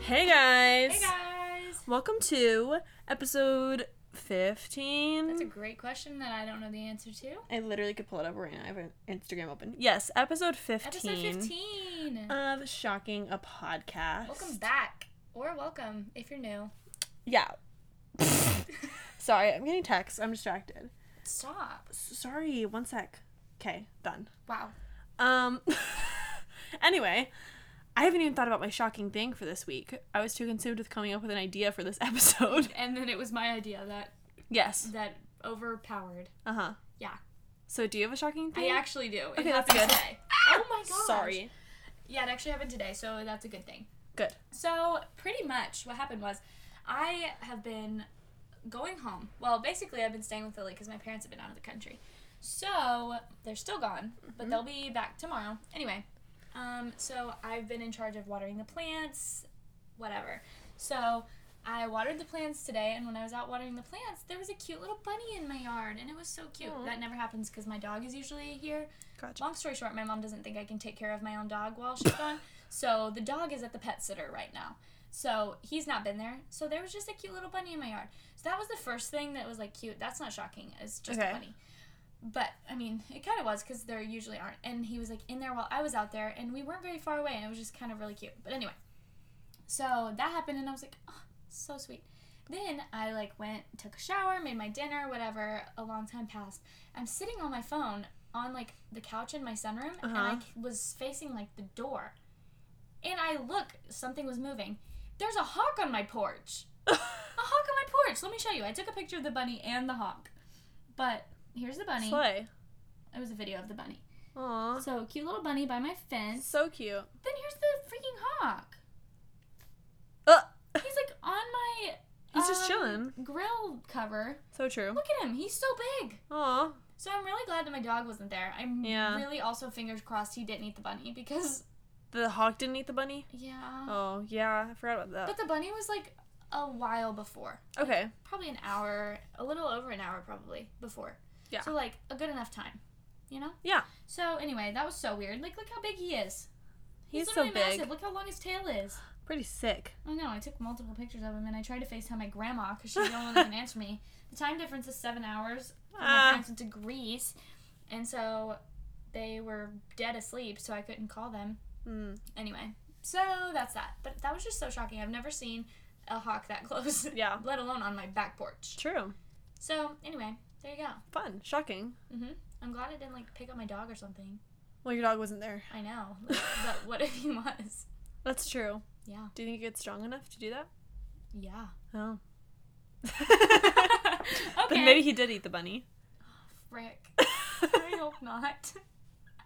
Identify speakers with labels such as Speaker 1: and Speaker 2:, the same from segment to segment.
Speaker 1: Hey guys.
Speaker 2: Hey guys!
Speaker 1: Welcome to episode 15.
Speaker 2: That's a great question that I don't know the answer to.
Speaker 1: I literally could pull it up right now. I have an Instagram open. Yes, episode 15.
Speaker 2: Episode 15!
Speaker 1: Of Shocking a Podcast.
Speaker 2: welcome back. Or welcome if you're new.
Speaker 1: Yeah. Sorry, I'm getting texts. I'm distracted.
Speaker 2: Stop.
Speaker 1: S- Sorry, one sec. Okay, done.
Speaker 2: Wow.
Speaker 1: Um anyway, I haven't even thought about my shocking thing for this week. I was too consumed with coming up with an idea for this episode.
Speaker 2: And then it was my idea that
Speaker 1: yes.
Speaker 2: that overpowered.
Speaker 1: Uh-huh.
Speaker 2: Yeah.
Speaker 1: So do you have a shocking
Speaker 2: I
Speaker 1: thing?
Speaker 2: actually do. It
Speaker 1: Okay, that's good.
Speaker 2: happened Today. Oh my gosh.
Speaker 1: Sorry.
Speaker 2: Yeah, it actually happened today, so that's a good thing.
Speaker 1: Good.
Speaker 2: So, pretty much what happened was I have been going home. Well, basically, I've been staying with Lily because my parents have been out of the country. So, they're still gone, but they'll be back tomorrow. Anyway, um, so I've been in charge of watering the plants, whatever. So, I watered the plants today, and when I was out watering the plants, there was a cute little bunny in my yard, and it was so cute.
Speaker 1: Aw.
Speaker 2: That never happens because my dog is usually here.
Speaker 1: Gotcha.
Speaker 2: Long story short, my mom doesn't think I can take care of my own dog while she's gone. So the dog is at the pet sitter right now. So he's not been there. So there was just a cute little bunny in my yard. So that was the first thing that was like cute. That's not shocking. It's just
Speaker 1: Okay.
Speaker 2: a bunny. But I mean, it kind of was because there usually aren't. And he was like in there while I was out there, and we weren't very far away, and it was just kind of really cute. But anyway, so that happened, and I was like, oh, so sweet. Then I like went, took a shower, made my dinner, whatever. A long time passed. I'm sitting on my phone on like the couch in my sunroom, and I
Speaker 1: Uh-huh.
Speaker 2: c- was facing like the door. And I look, something was moving. There's a hawk on my porch. A hawk on my porch. Let me show you. I took a picture of the bunny and the hawk. But here's the bunny.
Speaker 1: Slay.
Speaker 2: It was a video of the bunny.
Speaker 1: Aww.
Speaker 2: So cute little bunny by my fence.
Speaker 1: So cute.
Speaker 2: Then here's the freaking hawk.
Speaker 1: Uh,
Speaker 2: He's like on my.
Speaker 1: He's just
Speaker 2: um,
Speaker 1: chilling.
Speaker 2: Grill cover.
Speaker 1: so true.
Speaker 2: Look at him. He's so big.
Speaker 1: Aww.
Speaker 2: So I'm really glad that my dog wasn't there. I'm
Speaker 1: Yeah.
Speaker 2: really also fingers crossed he didn't eat the bunny because
Speaker 1: The hawk didn't eat the bunny?
Speaker 2: yeah.
Speaker 1: Oh, yeah. I forgot about that.
Speaker 2: But the bunny was like a while before,
Speaker 1: Okay.
Speaker 2: probably an hour, a little over an hour probably before.
Speaker 1: Yeah.
Speaker 2: So like a good enough time, you know.
Speaker 1: Yeah.
Speaker 2: So anyway, that was so weird. Like look how big he is.
Speaker 1: He's, so
Speaker 2: literally
Speaker 1: big.
Speaker 2: massive. Look how long his tail is.
Speaker 1: Pretty sick.
Speaker 2: I know. I took multiple pictures of him, and I tried to FaceTime my grandma because she's the only one that can answer me. The time difference is seven hours. and Oh My
Speaker 1: Ah.
Speaker 2: parents went to Greece, and so they were dead asleep, so I couldn't call them.
Speaker 1: Mm.
Speaker 2: Anyway, so that's that. But that was just so shocking. I've never seen a hawk that close.
Speaker 1: Yeah.
Speaker 2: Let alone on my back porch.
Speaker 1: True.
Speaker 2: So anyway, there you go.
Speaker 1: Fun. Shocking.
Speaker 2: hmm I'm glad I didn't like pick up my dog or something.
Speaker 1: Well, your dog wasn't there.
Speaker 2: I know, but what if he was?
Speaker 1: That's true.
Speaker 2: Yeah.
Speaker 1: Do you think it's strong enough to do that?
Speaker 2: Yeah.
Speaker 1: Oh. But
Speaker 2: Okay.
Speaker 1: maybe he did eat the bunny.
Speaker 2: Frick. I hope not.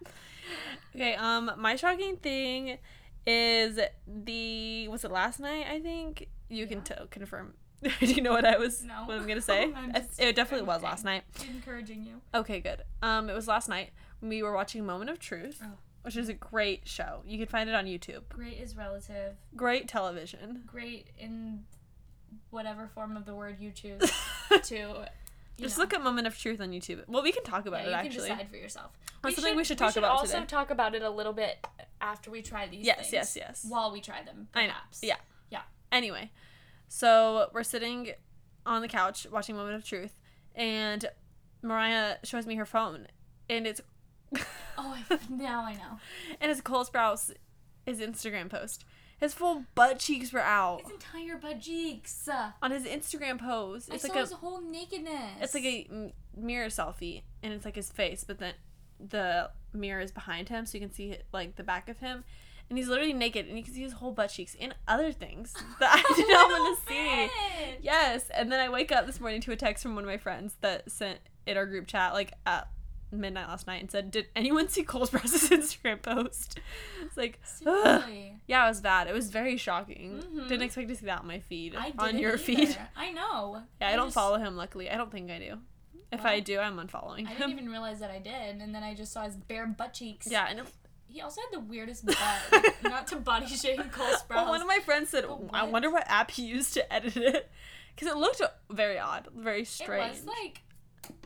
Speaker 1: okay, um my shocking thing is the was it last night, I think? You can t- confirm. do you know what I was
Speaker 2: No.
Speaker 1: what I'm going to say?
Speaker 2: I'm
Speaker 1: I-
Speaker 2: just-
Speaker 1: it definitely
Speaker 2: I'm
Speaker 1: was
Speaker 2: saying.
Speaker 1: last night.
Speaker 2: encouraging you.
Speaker 1: Okay, good. Um, it was last night. We were watching Moment of Truth,
Speaker 2: Oh.
Speaker 1: which is a great show. You can find it on YouTube.
Speaker 2: Great is relative.
Speaker 1: Great television.
Speaker 2: Great in whatever form of the word you choose
Speaker 1: Just
Speaker 2: to. You know.
Speaker 1: look at Moment of Truth on YouTube. Well, we can talk about
Speaker 2: yeah,
Speaker 1: it
Speaker 2: you
Speaker 1: actually.
Speaker 2: can decide for yourself.
Speaker 1: That's something we should talk about
Speaker 2: also
Speaker 1: today.
Speaker 2: talk about it a little bit after we try these
Speaker 1: Yes,
Speaker 2: things.
Speaker 1: yes, yes.
Speaker 2: While we try them,
Speaker 1: I know.
Speaker 2: perhaps.
Speaker 1: Yeah.
Speaker 2: Yeah.
Speaker 1: Anyway, so we're sitting on the couch watching Moment of Truth, and Mariah shows me her phone, and it's
Speaker 2: Oh, I, now I know.
Speaker 1: and it's Cole Sprouse, his Instagram post. His full butt cheeks were out
Speaker 2: His entire butt cheeks. I
Speaker 1: on his Instagram post. It's
Speaker 2: saw
Speaker 1: like a
Speaker 2: his whole nakedness.
Speaker 1: it's like a m- mirror selfie and it's like his face but then the mirror is behind him so you can see like the back of him and he's literally naked and you can see his whole butt cheeks and other things that i did not
Speaker 2: Oh,
Speaker 1: want to see
Speaker 2: see.
Speaker 1: yes and then i wake up this morning to a text from one of my friends that sent in our group chat like at midnight last night and said did anyone see cole's Press's instagram post it's like ugh.
Speaker 2: Seriously.
Speaker 1: yeah it was bad it was very shocking
Speaker 2: Mhm.
Speaker 1: didn't expect to see that on my feed
Speaker 2: I didn't
Speaker 1: on your
Speaker 2: either.
Speaker 1: feed
Speaker 2: I know.
Speaker 1: yeah, I don't
Speaker 2: just-
Speaker 1: follow him, luckily. I don't think I do. If I
Speaker 2: Well,
Speaker 1: do, I'm unfollowing
Speaker 2: I
Speaker 1: him.
Speaker 2: didn't even realize that I did, and then I just saw his bare butt cheeks.
Speaker 1: yeah, and
Speaker 2: He also had the weirdest butt. Not to body shame Cole Sprouse.
Speaker 1: well, one of my friends said,
Speaker 2: But
Speaker 1: "I
Speaker 2: Oh, what?
Speaker 1: wonder what app he used to edit it," because it looked very odd, very
Speaker 2: it
Speaker 1: strange.
Speaker 2: was like,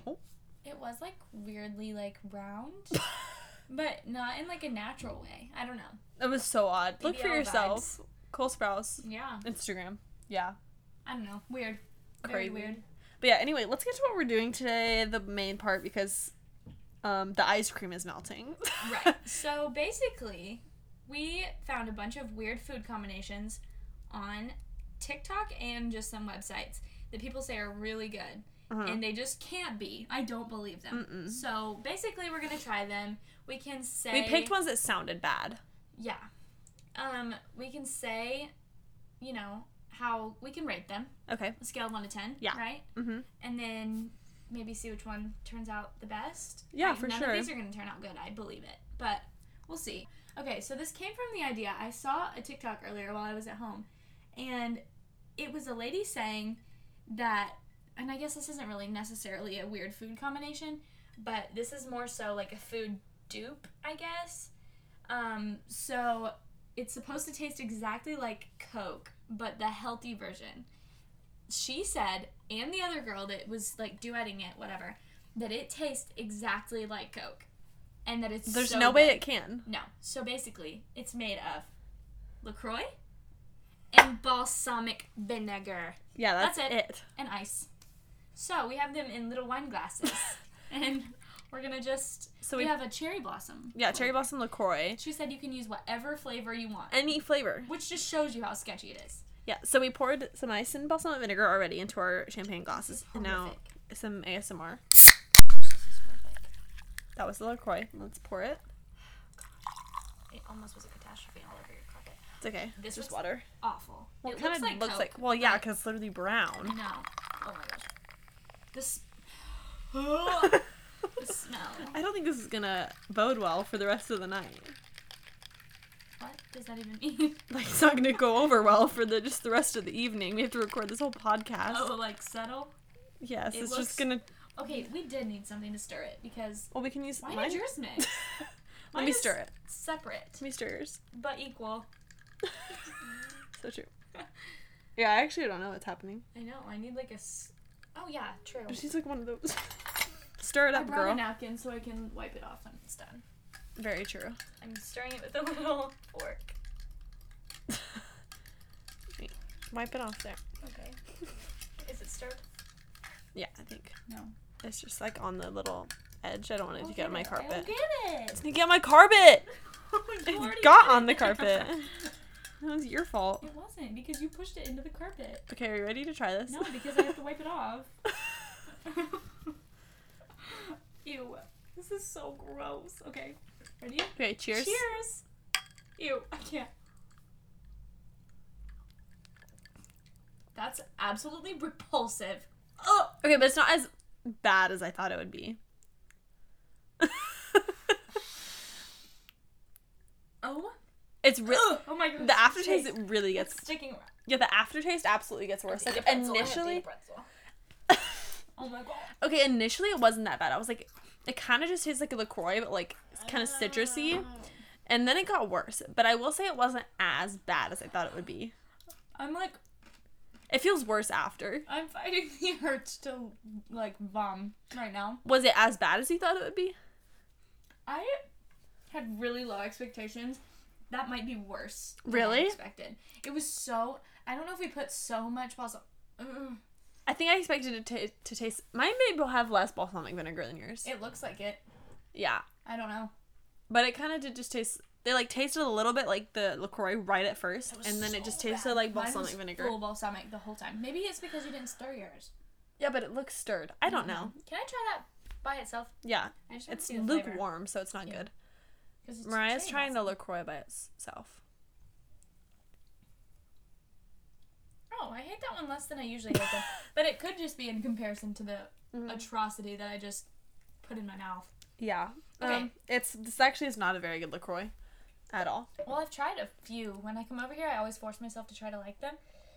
Speaker 1: Oh.
Speaker 2: it was like weirdly like round, but not in like a natural way. I don't know.
Speaker 1: It was so odd. Look for
Speaker 2: BBL
Speaker 1: yourself. Cole Sprouse.
Speaker 2: Yeah.
Speaker 1: Instagram. Yeah.
Speaker 2: I don't know. Weird. Very
Speaker 1: Crazy.
Speaker 2: weird.
Speaker 1: But yeah, anyway, let's get to what we're doing today, the main part, because um, the ice cream is melting.
Speaker 2: Right. so basically, we found a bunch of weird food combinations on TikTok and just some websites that people say are really good. And they just can't be. I don't believe them.
Speaker 1: Uh-huh. Mm-mm.
Speaker 2: So basically, we're gonna try them. We can say
Speaker 1: we picked ones that sounded bad.
Speaker 2: Yeah. Um, we can say, you know, how we can rate them.
Speaker 1: Okay.
Speaker 2: Scale of one to ten.
Speaker 1: Yeah.
Speaker 2: Right.
Speaker 1: Mm-hmm.
Speaker 2: And then maybe see which one turns out the best.
Speaker 1: Yeah,
Speaker 2: Like,
Speaker 1: for
Speaker 2: none
Speaker 1: sure.
Speaker 2: of these are gonna turn out good. I believe it, but we'll see. Okay, so this came from the idea I saw a TikTok earlier while I was at home, and it was a lady saying that, and I guess this isn't really necessarily a weird food combination, but this is more so like a food dupe, I guess. Um, so it's supposed to taste exactly like Coke, but the healthy version. She said, and the other girl that was like duetting it, whatever, that it tastes exactly like Coke, and that it's
Speaker 1: There's
Speaker 2: so
Speaker 1: no way
Speaker 2: good.
Speaker 1: it can.
Speaker 2: No. So basically, it's made of LaCroix and balsamic vinegar
Speaker 1: Yeah, that's,
Speaker 2: That's
Speaker 1: it.
Speaker 2: and ice. So we have them in little wine glasses. and we're going to just.
Speaker 1: So
Speaker 2: So we,
Speaker 1: we-
Speaker 2: have a cherry blossom.
Speaker 1: Yeah, cherry blossom LaCroix.
Speaker 2: She said you can use whatever flavor you want,
Speaker 1: Any flavor.
Speaker 2: which just shows you how sketchy it is.
Speaker 1: Yeah, so we poured some ice and balsamic vinegar already into our champagne glasses.
Speaker 2: Oh,
Speaker 1: And now
Speaker 2: Horrific.
Speaker 1: some ASMR.
Speaker 2: This is horrific.
Speaker 1: That was the LaCroix. Let's pour it.
Speaker 2: It almost was a catastrophe all over your carpet.
Speaker 1: It's okay.
Speaker 2: This
Speaker 1: just
Speaker 2: looks-
Speaker 1: water.
Speaker 2: Awful.
Speaker 1: Well,
Speaker 2: it
Speaker 1: kind of
Speaker 2: looks like
Speaker 1: looks
Speaker 2: Coke.
Speaker 1: like. Well, yeah, because it's literally brown.
Speaker 2: No. Oh my gosh. This. the smell.
Speaker 1: I don't think this is gonna bode well for the rest of the night.
Speaker 2: What does that even mean?
Speaker 1: Like, it's not gonna go over well for the just the rest of the evening. We have to record this whole podcast.
Speaker 2: Oh, like settle?
Speaker 1: yes,
Speaker 2: it
Speaker 1: it's
Speaker 2: looks-
Speaker 1: just gonna.
Speaker 2: Okay, we did need something to stir it because
Speaker 1: Well, we can use.
Speaker 2: why
Speaker 1: mine-
Speaker 2: did yours mix?
Speaker 1: Let
Speaker 2: Mine
Speaker 1: me
Speaker 2: is
Speaker 1: stir it.
Speaker 2: Separate,
Speaker 1: Let me stir yours.
Speaker 2: but equal.
Speaker 1: so true. Yeah, I actually don't know what's happening.
Speaker 2: I know. I need like a. S- oh yeah, true.
Speaker 1: She's like one of those. stir it
Speaker 2: I
Speaker 1: up,
Speaker 2: brought a
Speaker 1: girl.
Speaker 2: napkin so I can wipe it off when it's done.
Speaker 1: Very true.
Speaker 2: I'm stirring it with a little fork.
Speaker 1: Wait, Wipe it off there.
Speaker 2: Okay. Is it stirred?
Speaker 1: Yeah, I think
Speaker 2: No.
Speaker 1: it's just like on the little edge. I don't want it to get on my
Speaker 2: I'll
Speaker 1: carpet.
Speaker 2: get Oh, it.
Speaker 1: It's gonna get on my carpet.
Speaker 2: You already
Speaker 1: It got
Speaker 2: did
Speaker 1: on the
Speaker 2: it.
Speaker 1: carpet. It was your fault.
Speaker 2: It wasn't because you pushed it into the carpet.
Speaker 1: Okay, are you ready to try this?
Speaker 2: No, because I have to wipe it off. Ew. This is so gross. Okay. Ready?
Speaker 1: okay, cheers.
Speaker 2: Cheers. Ew. I can't. That's absolutely repulsive. Oh,
Speaker 1: Okay, but it's not as bad as I thought it would be.
Speaker 2: oh,
Speaker 1: it's really
Speaker 2: oh my god.
Speaker 1: the aftertaste it really gets
Speaker 2: sticking.
Speaker 1: yeah the aftertaste absolutely gets worse. Like initially,
Speaker 2: Oh my god.
Speaker 1: okay, initially it wasn't that bad. I was like, it kind of just tastes like a Lacroix, but like it's kind of citrusy, and then it got worse. But I will say it wasn't as bad as I thought it would be.
Speaker 2: I'm like,
Speaker 1: It feels worse after.
Speaker 2: I'm fighting the urge to like vom right now.
Speaker 1: Was it as bad as you thought it would be?
Speaker 2: I had really low expectations. That might be worse. than I
Speaker 1: Really?
Speaker 2: expected. It was so. I don't know if we put so much balsam. Ugh.
Speaker 1: I think I expected it to, to taste. Mine maybe will have less balsamic vinegar than yours.
Speaker 2: It looks like it.
Speaker 1: yeah,
Speaker 2: I don't know.
Speaker 1: but it kind of did just taste. They like tasted a little bit like the Lacroix right at first,
Speaker 2: It was
Speaker 1: and then
Speaker 2: so
Speaker 1: it just tasted
Speaker 2: bad.
Speaker 1: like
Speaker 2: Mine was
Speaker 1: balsamic vinegar.
Speaker 2: Full balsamic the whole time. Maybe it's because you didn't stir yours.
Speaker 1: Yeah, but it looks stirred. I don't know.
Speaker 2: Can I try that by itself?
Speaker 1: Yeah,
Speaker 2: I just wanna
Speaker 1: it's
Speaker 2: see the flavor,
Speaker 1: lukewarm, so it's not
Speaker 2: Yeah.
Speaker 1: good.
Speaker 2: 'cause it's
Speaker 1: Mariah's
Speaker 2: cherry
Speaker 1: trying the
Speaker 2: blossom.
Speaker 1: Lacroix by itself.
Speaker 2: Oh, I hate that one less than I usually hate them. But it could just be in comparison to the
Speaker 1: Mm-hmm.
Speaker 2: atrocity that I just put in my mouth.
Speaker 1: Yeah.
Speaker 2: Okay.
Speaker 1: Um, it's this actually is not a very good Lacroix, at all.
Speaker 2: Well, I've tried a few. When I come over here, I always force myself to try to like them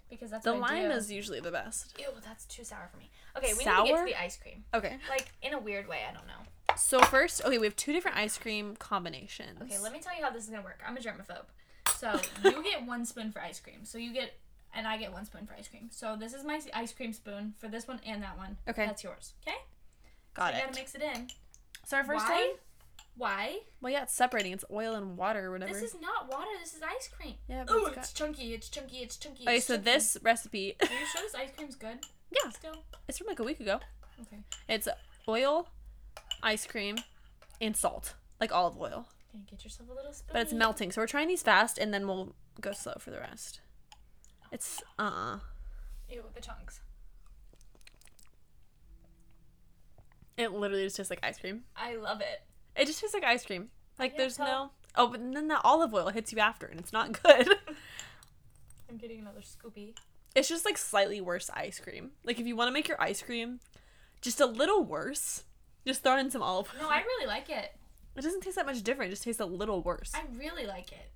Speaker 2: because that's
Speaker 1: The
Speaker 2: what I
Speaker 1: lime
Speaker 2: do.
Speaker 1: is usually the best.
Speaker 2: Ew, that's too sour for me. Okay, we need to get
Speaker 1: Sour?
Speaker 2: to the ice cream.
Speaker 1: Okay.
Speaker 2: Like in a weird way, I don't know.
Speaker 1: So first, okay, we have two different ice cream combinations.
Speaker 2: Okay, let me tell you how this is gonna work. I'm a germaphobe, so you get one spoon for ice cream. So you get, and I get one spoon for ice cream. So this is my s- ice cream spoon for this one and that one.
Speaker 1: Okay.
Speaker 2: that's yours. Okay,
Speaker 1: Got
Speaker 2: I
Speaker 1: it.
Speaker 2: gotta mix it in.
Speaker 1: so our first
Speaker 2: Why?
Speaker 1: one.
Speaker 2: Why?
Speaker 1: Well, yeah, it's separating. It's oil and water or whatever.
Speaker 2: This is not water. This is ice cream.
Speaker 1: yeah, but it's
Speaker 2: Oh, it's
Speaker 1: got-
Speaker 2: chunky. It's chunky. It's chunky.
Speaker 1: Okay,
Speaker 2: it's
Speaker 1: so
Speaker 2: chunky.
Speaker 1: this recipe,
Speaker 2: Are you sure this ice cream's good?
Speaker 1: Yeah.
Speaker 2: Still.
Speaker 1: it's from like a week ago.
Speaker 2: Okay.
Speaker 1: It's oil, ice cream, and salt, like olive oil.
Speaker 2: Can get yourself a little spoon.
Speaker 1: But it's melting, so we're trying these fast, and then we'll go slow for the rest. It's uh uh
Speaker 2: Ew, the chunks.
Speaker 1: It literally just tastes like ice cream.
Speaker 2: I love it.
Speaker 1: It just tastes like ice cream. Like
Speaker 2: can't
Speaker 1: there's
Speaker 2: tell.
Speaker 1: no. Oh, but then the olive oil hits you after, and it's not good.
Speaker 2: I'm getting another scoopy.
Speaker 1: it's just like slightly worse ice cream. Like if you want to make your ice cream just a little worse, just throw in some olive.
Speaker 2: No,
Speaker 1: oil.
Speaker 2: I really like it.
Speaker 1: It doesn't taste that much different. It just tastes a little worse.
Speaker 2: I really like it.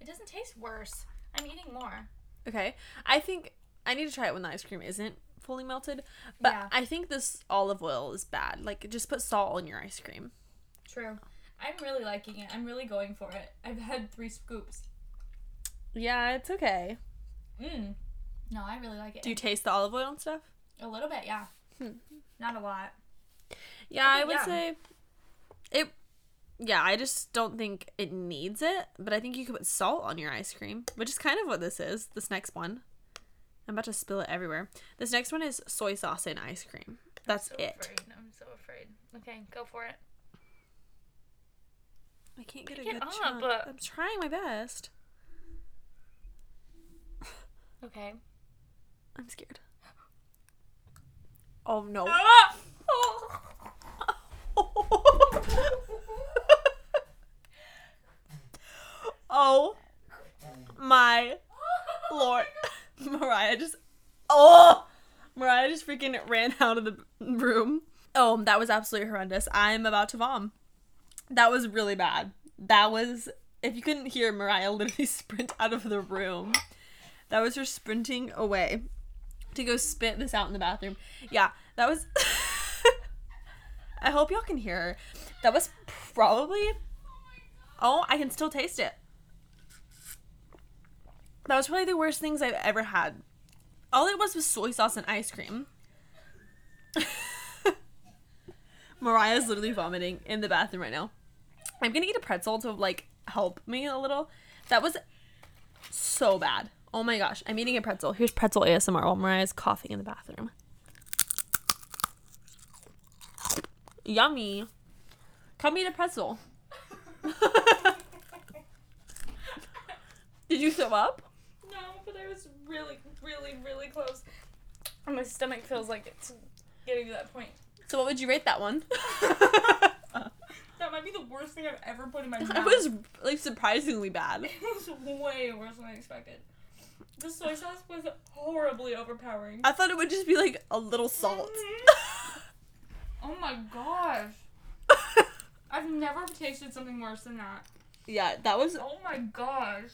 Speaker 2: It doesn't taste worse. I'm eating more.
Speaker 1: Okay. I think I need to try it when the ice cream isn't fully melted. But
Speaker 2: Yeah.
Speaker 1: I think this olive oil is bad. Like just put salt on your ice cream.
Speaker 2: True. I'm really liking it. I'm really going for it. I've had three scoops.
Speaker 1: Yeah, it's okay.
Speaker 2: Mm. No, I really like it.
Speaker 1: Do you taste the olive oil and stuff?
Speaker 2: a little bit, yeah.
Speaker 1: Hmm.
Speaker 2: Not a lot.
Speaker 1: Yeah,
Speaker 2: Okay,
Speaker 1: I would
Speaker 2: yeah.
Speaker 1: say it yeah, I just don't think it needs it, but I think you could put salt on your ice cream, which is kind of what this is. This next one. I'm about to spill it everywhere. This next one is soy sauce and ice cream. That's it.
Speaker 2: I'm so afraid. Okay, go for it.
Speaker 1: I can't get a
Speaker 2: Pick it
Speaker 1: good
Speaker 2: up.
Speaker 1: chunk. I'm trying my best.
Speaker 2: Okay.
Speaker 1: I'm scared. Oh no. oh my lord. Mariah just Oh Mariah just freaking ran out of the room. Oh, that was absolutely horrendous. I'm about to vom. That was really bad. That was if you couldn't hear Mariah literally sprint out of the room. That was her sprinting away to go spit this out in the bathroom. Yeah, that was. I hope y'all can hear her. That was probably. Oh, I can still taste it. That was probably the worst things I've ever had. All it was was soy sauce and ice cream. Mariah's literally vomiting in the bathroom right now. I'm gonna eat a pretzel to like help me a little. That was so bad. Oh my gosh, I'm eating a pretzel. Here's pretzel ASMR while Mariah's coughing in the bathroom. Yummy. Come eat a pretzel. Did you throw up?
Speaker 2: No, but I was really, really, really close. And my stomach feels like it's getting to that point.
Speaker 1: So what would you rate that one?
Speaker 2: That might be the worst thing I've ever put in my mouth.
Speaker 1: That was like surprisingly bad.
Speaker 2: It was way worse than I expected. The soy sauce was horribly overpowering.
Speaker 1: I thought it would just be like a little salt.
Speaker 2: Oh my gosh. I've never tasted something worse than that.
Speaker 1: yeah, that was
Speaker 2: Oh my gosh.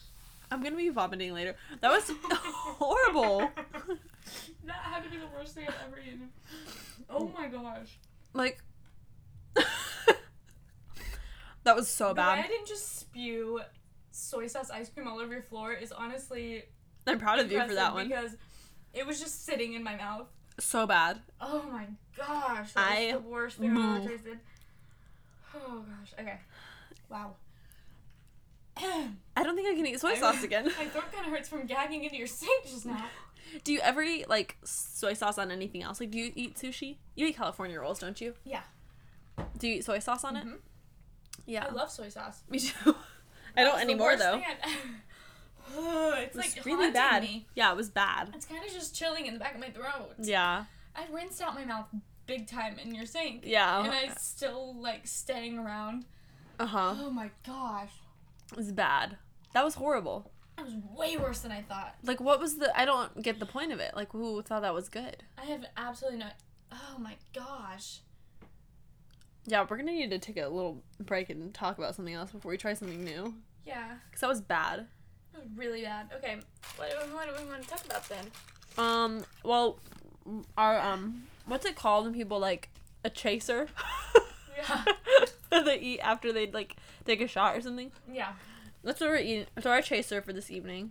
Speaker 1: I'm gonna be vomiting later. That was horrible.
Speaker 2: That had to be the worst thing I've ever eaten. Oh my gosh.
Speaker 1: Like that was so
Speaker 2: The way
Speaker 1: bad.
Speaker 2: I didn't just spew soy sauce ice cream all over your floor is honestly
Speaker 1: I'm proud of you for
Speaker 2: impressive
Speaker 1: that one.
Speaker 2: because it was just sitting in my mouth.
Speaker 1: So bad.
Speaker 2: Oh my gosh. That
Speaker 1: I
Speaker 2: was the worst thing I've
Speaker 1: moo.
Speaker 2: ever tasted. Oh gosh. Okay. Wow.
Speaker 1: I don't think I can eat soy sauce again.
Speaker 2: My throat kind of hurts from gagging into your sink just now.
Speaker 1: Do you ever eat like soy sauce on anything else? Like, do you eat sushi? You eat California rolls, don't you?
Speaker 2: Yeah.
Speaker 1: Do you eat soy sauce on it?
Speaker 2: Mhm.
Speaker 1: Mm-hmm. Yeah.
Speaker 2: I love soy sauce.
Speaker 1: Me too. I don't
Speaker 2: It's the
Speaker 1: anymore
Speaker 2: worst
Speaker 1: though.
Speaker 2: thing I've- Ugh, it's
Speaker 1: It was
Speaker 2: like
Speaker 1: really bad.
Speaker 2: Me.
Speaker 1: Yeah, it was bad.
Speaker 2: It's kind of just chilling in the back of my throat.
Speaker 1: Yeah.
Speaker 2: I rinsed out my mouth big time in your sink.
Speaker 1: Yeah.
Speaker 2: And it's still like staying around.
Speaker 1: Uh huh.
Speaker 2: Oh my gosh.
Speaker 1: It was bad. That was horrible.
Speaker 2: That was way worse than I thought.
Speaker 1: Like, what was the? I don't get the point of it. Like, who thought that was good?
Speaker 2: I have absolutely no. Oh my gosh.
Speaker 1: Yeah, we're gonna need to take a little break and talk about something else before we try something new.
Speaker 2: Yeah.
Speaker 1: Cause that was bad.
Speaker 2: That was really bad. Okay. What, what do we want to talk about then?
Speaker 1: Um. Well, our um. What's it called when people like a chaser?
Speaker 2: Yeah.
Speaker 1: that they eat after they like take a shot or something.
Speaker 2: Yeah.
Speaker 1: That's what we're eating. So our chaser for this evening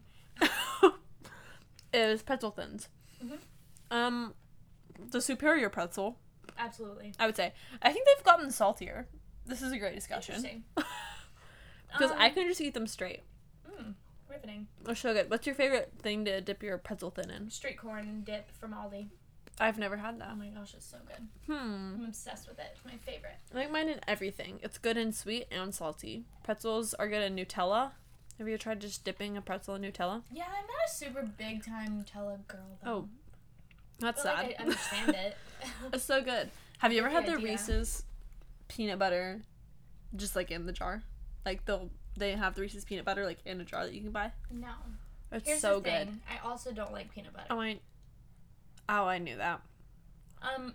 Speaker 1: is pretzel thins.
Speaker 2: Mhm.
Speaker 1: Um, Mm-hmm. the superior pretzel,
Speaker 2: Absolutely.
Speaker 1: I would say. I think they've gotten saltier. This is a great discussion.
Speaker 2: Interesting.
Speaker 1: Because I
Speaker 2: Um,
Speaker 1: can just eat them straight.
Speaker 2: mm, riveting.
Speaker 1: They're so good. What's your favorite thing to dip your pretzel thin in?
Speaker 2: Street corn dip from Aldi.
Speaker 1: I've never had
Speaker 2: Oh
Speaker 1: that.
Speaker 2: my gosh, it's so good.
Speaker 1: Hmm.
Speaker 2: I'm obsessed with it. It's my favorite.
Speaker 1: I like mine in everything. It's good in sweet and salty. Pretzels are good in Nutella. Have you tried just dipping a pretzel in Nutella?
Speaker 2: Yeah, I'm not a super big time Nutella girl though.
Speaker 1: Oh, That's
Speaker 2: but, like,
Speaker 1: sad.
Speaker 2: I understand it.
Speaker 1: it's so good. Have you ever
Speaker 2: Good
Speaker 1: had the
Speaker 2: idea.
Speaker 1: Reese's peanut butter just like in the jar? Like they'll they have the Reese's peanut butter like in a jar that you can buy.
Speaker 2: no.
Speaker 1: It's
Speaker 2: Here's
Speaker 1: so
Speaker 2: the thing.
Speaker 1: good.
Speaker 2: I also don't like peanut butter.
Speaker 1: Oh I Oh, I knew that.
Speaker 2: Um,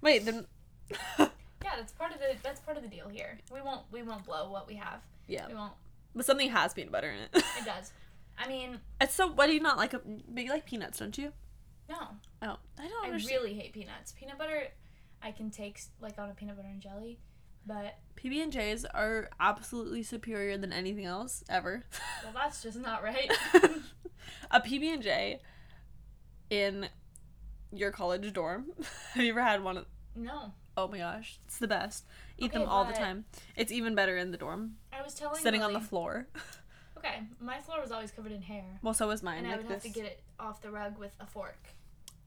Speaker 1: Wait, then
Speaker 2: yeah, that's part of the that's part of the deal here. We won't we won't blow what we have.
Speaker 1: Yeah.
Speaker 2: We won't.
Speaker 1: But something has peanut butter in it.
Speaker 2: It does. I mean,
Speaker 1: It's so what do you not like a- but you like peanuts, don't you?
Speaker 2: no.
Speaker 1: Oh. I don't
Speaker 2: I
Speaker 1: understand.
Speaker 2: really hate peanuts. Peanut butter, I can take s- like on a peanut butter and jelly, but
Speaker 1: PB and J's are absolutely superior than anything else ever.
Speaker 2: well, that's just not right.
Speaker 1: a PB and J in your college dorm. Have you ever had one? Of,
Speaker 2: no.
Speaker 1: oh my gosh, it's the best. Eat
Speaker 2: Okay,
Speaker 1: them all the
Speaker 2: but-
Speaker 1: time. It's even better in the dorm,
Speaker 2: I was telling
Speaker 1: sitting on the
Speaker 2: Lily-
Speaker 1: floor.
Speaker 2: Okay, my floor was always covered in hair,
Speaker 1: Well, so is mine.
Speaker 2: and I
Speaker 1: like
Speaker 2: would
Speaker 1: this.
Speaker 2: have to get it off the rug with a fork.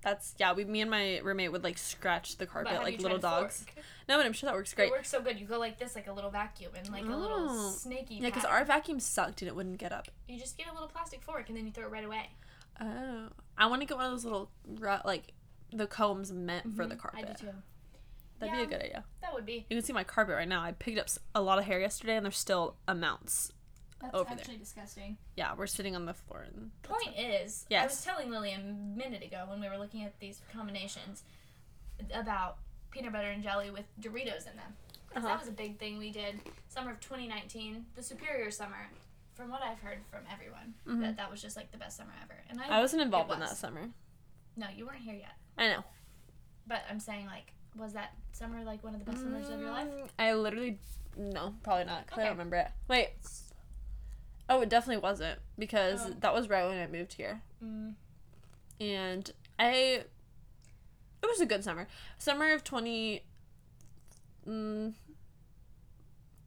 Speaker 1: That's yeah. We, me and my roommate would like scratch the
Speaker 2: But
Speaker 1: carpet
Speaker 2: have
Speaker 1: like
Speaker 2: you tried
Speaker 1: little
Speaker 2: a fork?
Speaker 1: dogs. No, but I'm sure that works great.
Speaker 2: It works so good. You go like this, like a little vacuum, and like a little
Speaker 1: Oh.
Speaker 2: snaky.
Speaker 1: Yeah, because
Speaker 2: pattern.
Speaker 1: our vacuum sucked and it wouldn't get up.
Speaker 2: you just get a little plastic fork, and then you throw it right away.
Speaker 1: Oh, I want to get one of those little ru- like the combs meant for the
Speaker 2: Mhm, I do
Speaker 1: carpet.
Speaker 2: too.
Speaker 1: That'd
Speaker 2: Yeah.
Speaker 1: be a good idea.
Speaker 2: That would be.
Speaker 1: You can see my carpet right now. I picked up s- a lot of hair yesterday, and there's still amounts.
Speaker 2: That's
Speaker 1: Over there.
Speaker 2: actually disgusting.
Speaker 1: Yeah, we're sitting on the floor. And
Speaker 2: Point is, I
Speaker 1: Yes.
Speaker 2: was telling Lily a minute ago when we were looking at these combinations about peanut butter and jelly with Doritos in them. 'Cause
Speaker 1: Uh-huh.
Speaker 2: That was a big thing we did summer of 2019, the superior summer. From what I've heard from everyone,
Speaker 1: Mm-hmm.
Speaker 2: that that was just like the best summer ever. And I,
Speaker 1: I wasn't involved
Speaker 2: it
Speaker 1: in that
Speaker 2: was.
Speaker 1: summer.
Speaker 2: No, you weren't here yet.
Speaker 1: I know.
Speaker 2: But I'm saying like, was that summer like one of the best summers of your life?
Speaker 1: Mm, I literally no, probably not. 'cause I
Speaker 2: Okay.
Speaker 1: don't remember it. Wait. Oh, it definitely wasn't because
Speaker 2: Oh.
Speaker 1: that was right when I moved here,
Speaker 2: Mm,
Speaker 1: and I. It was a good summer. Summer of twenty. Mm,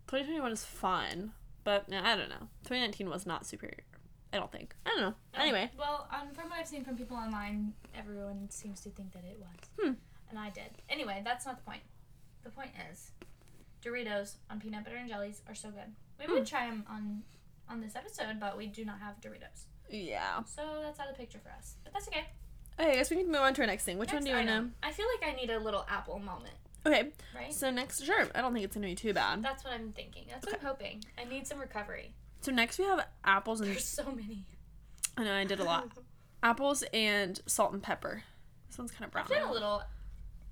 Speaker 1: 2021 is fun, but yeah, I don't know. 2019 was not superior. I don't think. I don't know.
Speaker 2: um,
Speaker 1: Anyway,
Speaker 2: Well, um, from what I've seen from people online, everyone seems to think that it was.
Speaker 1: Hmm.
Speaker 2: And I did. Anyway, that's not the point. The point is, Doritos on peanut butter and jellies are so good. We
Speaker 1: Hmm.
Speaker 2: would try them on on this episode, but we do not have Doritos,
Speaker 1: yeah.
Speaker 2: so that's out of the picture for us. But that's okay.
Speaker 1: Okay, I guess we need to move on to our next thing. Which one
Speaker 2: Next
Speaker 1: do you want
Speaker 2: item.
Speaker 1: to?
Speaker 2: I feel like I need a little apple moment,
Speaker 1: Okay,
Speaker 2: right?
Speaker 1: so next, sure. I don't think it's gonna be too bad.
Speaker 2: that's what I'm thinking. That's what I'm hoping. I need some recovery.
Speaker 1: So next we have apples and
Speaker 2: There's so many.
Speaker 1: I know I did a lot. Apples and salt and pepper. This one's kind of brown.
Speaker 2: I've done a little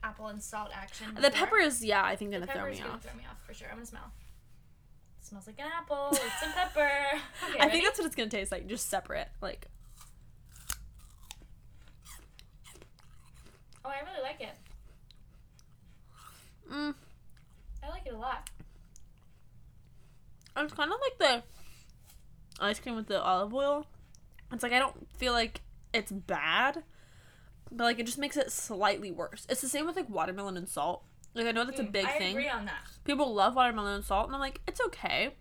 Speaker 2: apple and salt action.
Speaker 1: The
Speaker 2: before.
Speaker 1: pepper is yeah, I think gonna
Speaker 2: pepper
Speaker 1: throw
Speaker 2: is
Speaker 1: me
Speaker 2: gonna
Speaker 1: off.
Speaker 2: throw me off for sure. I'm gonna smell. It smells like an apple with some pepper. Okay,
Speaker 1: I
Speaker 2: ready?
Speaker 1: think that's what it's gonna taste like. Just separate, like
Speaker 2: Oh, I really like it.
Speaker 1: mm,
Speaker 2: I like it a lot.
Speaker 1: it's kind of like the ice cream with the olive oil. It's like I don't feel like it's bad, but like it just makes it slightly worse. It's the same with like watermelon and salt. Like I know that's a
Speaker 2: Mm,
Speaker 1: big
Speaker 2: I
Speaker 1: thing.
Speaker 2: agree on that.
Speaker 1: People love watermelon and salt, and I'm like it's okay,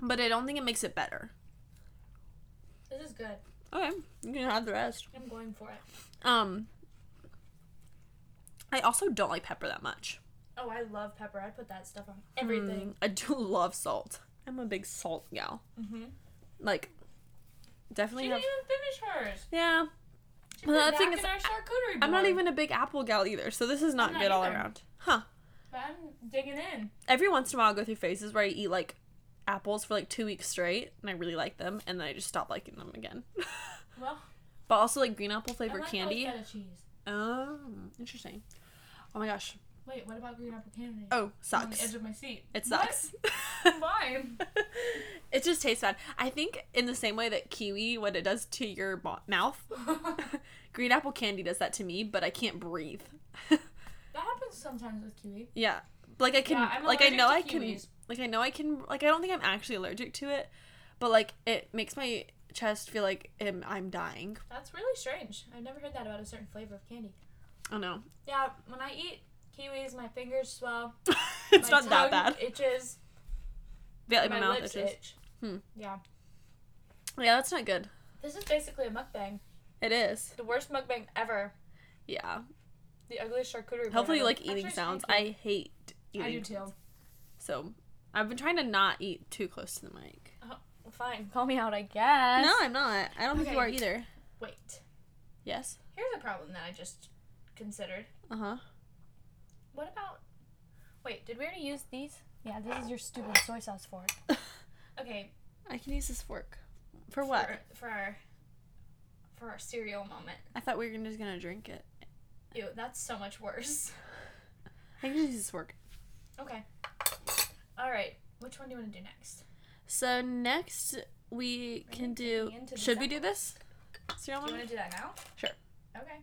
Speaker 1: but I don't think it makes it better.
Speaker 2: This is good.
Speaker 1: Okay, you can have the rest.
Speaker 2: I'm going for it.
Speaker 1: Um, I also don't like pepper that much. Mm,
Speaker 2: Oh, I love pepper. I put that stuff on everything.
Speaker 1: I do love salt. I'm a big salt gal.
Speaker 2: Mm-hmm.
Speaker 1: Like,
Speaker 2: She
Speaker 1: definitely
Speaker 2: didn't
Speaker 1: Hmm. have.
Speaker 2: even finish hers.
Speaker 1: Yeah,
Speaker 2: She
Speaker 1: Well,
Speaker 2: put
Speaker 1: that
Speaker 2: it
Speaker 1: thing
Speaker 2: back
Speaker 1: is-
Speaker 2: in our charcuterie board.
Speaker 1: I'm not even a big apple gal either, so this is not,
Speaker 2: not
Speaker 1: good all
Speaker 2: either.
Speaker 1: around. Huh.
Speaker 2: But I'm digging in.
Speaker 1: Every once in a while, I go through phases where I eat like apples for like two weeks straight, and I really like them, and then I just stop liking them again.
Speaker 2: Well,
Speaker 1: but also like green apple
Speaker 2: I
Speaker 1: flavored
Speaker 2: like
Speaker 1: candy.
Speaker 2: those feta cheese.
Speaker 1: Oh, interesting. Oh my gosh.
Speaker 2: Wait, what about green apple candy?
Speaker 1: Oh,
Speaker 2: I'm on the edge
Speaker 1: sucks.
Speaker 2: of my seat.
Speaker 1: It sucks.
Speaker 2: Um, What? Why?
Speaker 1: it just tastes bad. I think in the same way that kiwi, what it does to your mo- mouth,
Speaker 2: that
Speaker 1: green apple candy does that to me, but I can't breathe.
Speaker 2: happens sometimes with kiwi.
Speaker 1: yeah, like I can,
Speaker 2: Yeah, I'm
Speaker 1: like I know I
Speaker 2: allergic to
Speaker 1: can,
Speaker 2: kiwis.
Speaker 1: like I know I can, like I don't think I'm actually allergic to it, but like it makes my chest feel like um, I'm dying.
Speaker 2: That's really strange. I've never heard that about a certain flavor of candy.
Speaker 1: Oh no,
Speaker 2: Yeah, when I eat kiwis, my fingers swell.
Speaker 1: it's
Speaker 2: my
Speaker 1: not that
Speaker 2: tongue
Speaker 1: bad.
Speaker 2: Itches.
Speaker 1: Barely
Speaker 2: my
Speaker 1: my, mouth
Speaker 2: lips
Speaker 1: itches.
Speaker 2: itch.
Speaker 1: Hmm.
Speaker 2: Yeah.
Speaker 1: Yeah, that's not good.
Speaker 2: This is basically a mukbang.
Speaker 1: It is.
Speaker 2: The worst mukbang ever.
Speaker 1: Yeah.
Speaker 2: The ugliest charcuterie. board
Speaker 1: Hopefully, you
Speaker 2: ever.
Speaker 1: like
Speaker 2: Actually,
Speaker 1: eating
Speaker 2: should
Speaker 1: sounds.
Speaker 2: eat
Speaker 1: I hate
Speaker 2: it.
Speaker 1: eating.
Speaker 2: I do too.
Speaker 1: So, I've been trying to not eat too close to the mic.
Speaker 2: Oh, Fine. Call me out, I guess.
Speaker 1: No, I'm not. I don't think you
Speaker 2: Okay.
Speaker 1: are either.
Speaker 2: Wait.
Speaker 1: Yes.
Speaker 2: Here's a problem that I just considered.
Speaker 1: Uh huh.
Speaker 2: What about. Wait, did we already use these? Yeah, this is your stupid soy sauce fork. Okay.
Speaker 1: I can use this fork. For what?
Speaker 2: For, for our. For our cereal moment.
Speaker 1: I thought we were gonna- just gonna drink it.
Speaker 2: Ew, that's so much worse.
Speaker 1: I can just use this fork.
Speaker 2: Okay. All right. Which one do you want to do next?
Speaker 1: So next we can do.
Speaker 2: getting into the
Speaker 1: Should we do
Speaker 2: second
Speaker 1: this? Cereal
Speaker 2: Do
Speaker 1: moment?
Speaker 2: you want to do that now?
Speaker 1: Sure.
Speaker 2: Okay.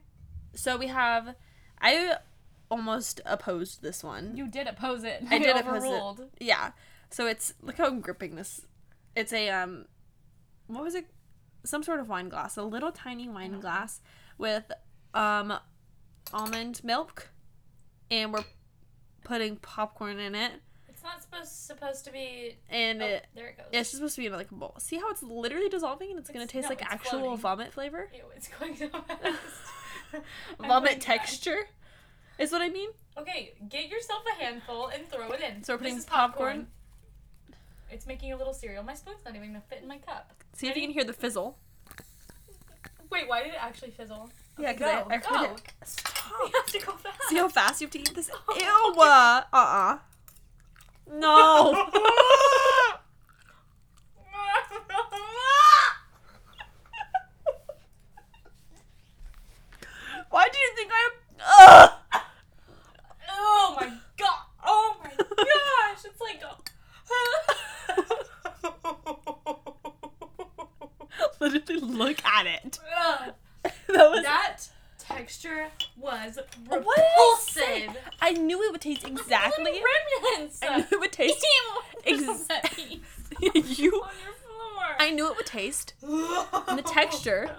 Speaker 1: So we have. I almost opposed this one.
Speaker 2: You did oppose it.
Speaker 1: I did oppose it. Yeah. So it's look how I'm gripping this. It's a um, what was it? Some sort of wine glass, a little tiny
Speaker 2: Uh-huh.
Speaker 1: wine glass with um, almond milk, and we're putting popcorn in it,
Speaker 2: It's not supposed supposed to be.
Speaker 1: and
Speaker 2: Oh,
Speaker 1: it.
Speaker 2: there it goes.
Speaker 1: It's just supposed to be in like a bowl. See how it's literally dissolving and it's, gonna
Speaker 2: It's-
Speaker 1: taste
Speaker 2: no,
Speaker 1: like
Speaker 2: it's
Speaker 1: actual
Speaker 2: floating.
Speaker 1: vomit flavor,
Speaker 2: Ew, it's going so fast. I'm
Speaker 1: vomit
Speaker 2: like,
Speaker 1: texture, is what I mean.
Speaker 2: Okay, get yourself a handful and throw it in.
Speaker 1: So we're
Speaker 2: This
Speaker 1: putting
Speaker 2: is
Speaker 1: popcorn.
Speaker 2: It's making a little cereal. My spoon's not even gonna fit in my cup.
Speaker 1: See if you can hear the fizzle.
Speaker 2: Wait, why did it actually fizzle?
Speaker 1: Yeah,
Speaker 2: Okay,
Speaker 1: because I,
Speaker 2: go,
Speaker 1: I heard
Speaker 2: go.
Speaker 1: it. Stop.
Speaker 2: You have to go fast.
Speaker 1: See how fast you have to eat this?
Speaker 2: Oh,
Speaker 1: Ew! Uh uh No! Why do you think I. Ugh!
Speaker 2: oh my god! Oh my gosh! It's like.
Speaker 1: Literally look at it.
Speaker 2: Ugh.
Speaker 1: That was.
Speaker 2: uh, that texture was
Speaker 1: What
Speaker 2: repulsive.
Speaker 1: did I say? I knew it would taste exactly.
Speaker 2: Little remnants.
Speaker 1: I knew it would taste.
Speaker 2: Ew.
Speaker 1: ex- you.
Speaker 2: on your floor.
Speaker 1: I knew it would taste.
Speaker 2: and
Speaker 1: The texture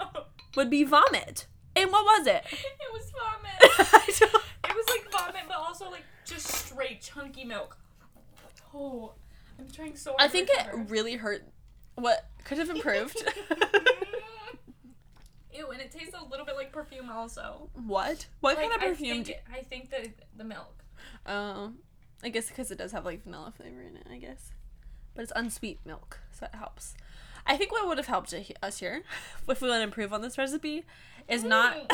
Speaker 1: would be vomit. And what was it?
Speaker 2: It was vomit.
Speaker 1: I don't-
Speaker 2: it was like vomit, but also like just straight chunky milk. Oh, I'm trying so.
Speaker 1: I
Speaker 2: hard to
Speaker 1: think it
Speaker 2: recover.
Speaker 1: really hurt. What could have improved?
Speaker 2: Ew, and it tastes a little bit like perfume also.
Speaker 1: what? What
Speaker 2: Like,
Speaker 1: kind of
Speaker 2: I
Speaker 1: perfume?
Speaker 2: think, I think the the milk.
Speaker 1: do- um, I guess because it does have like vanilla flavor in it. I guess, but it's unsweet milk, so it helps. I think what would have helped he- us here, if we want to improve on this recipe, is not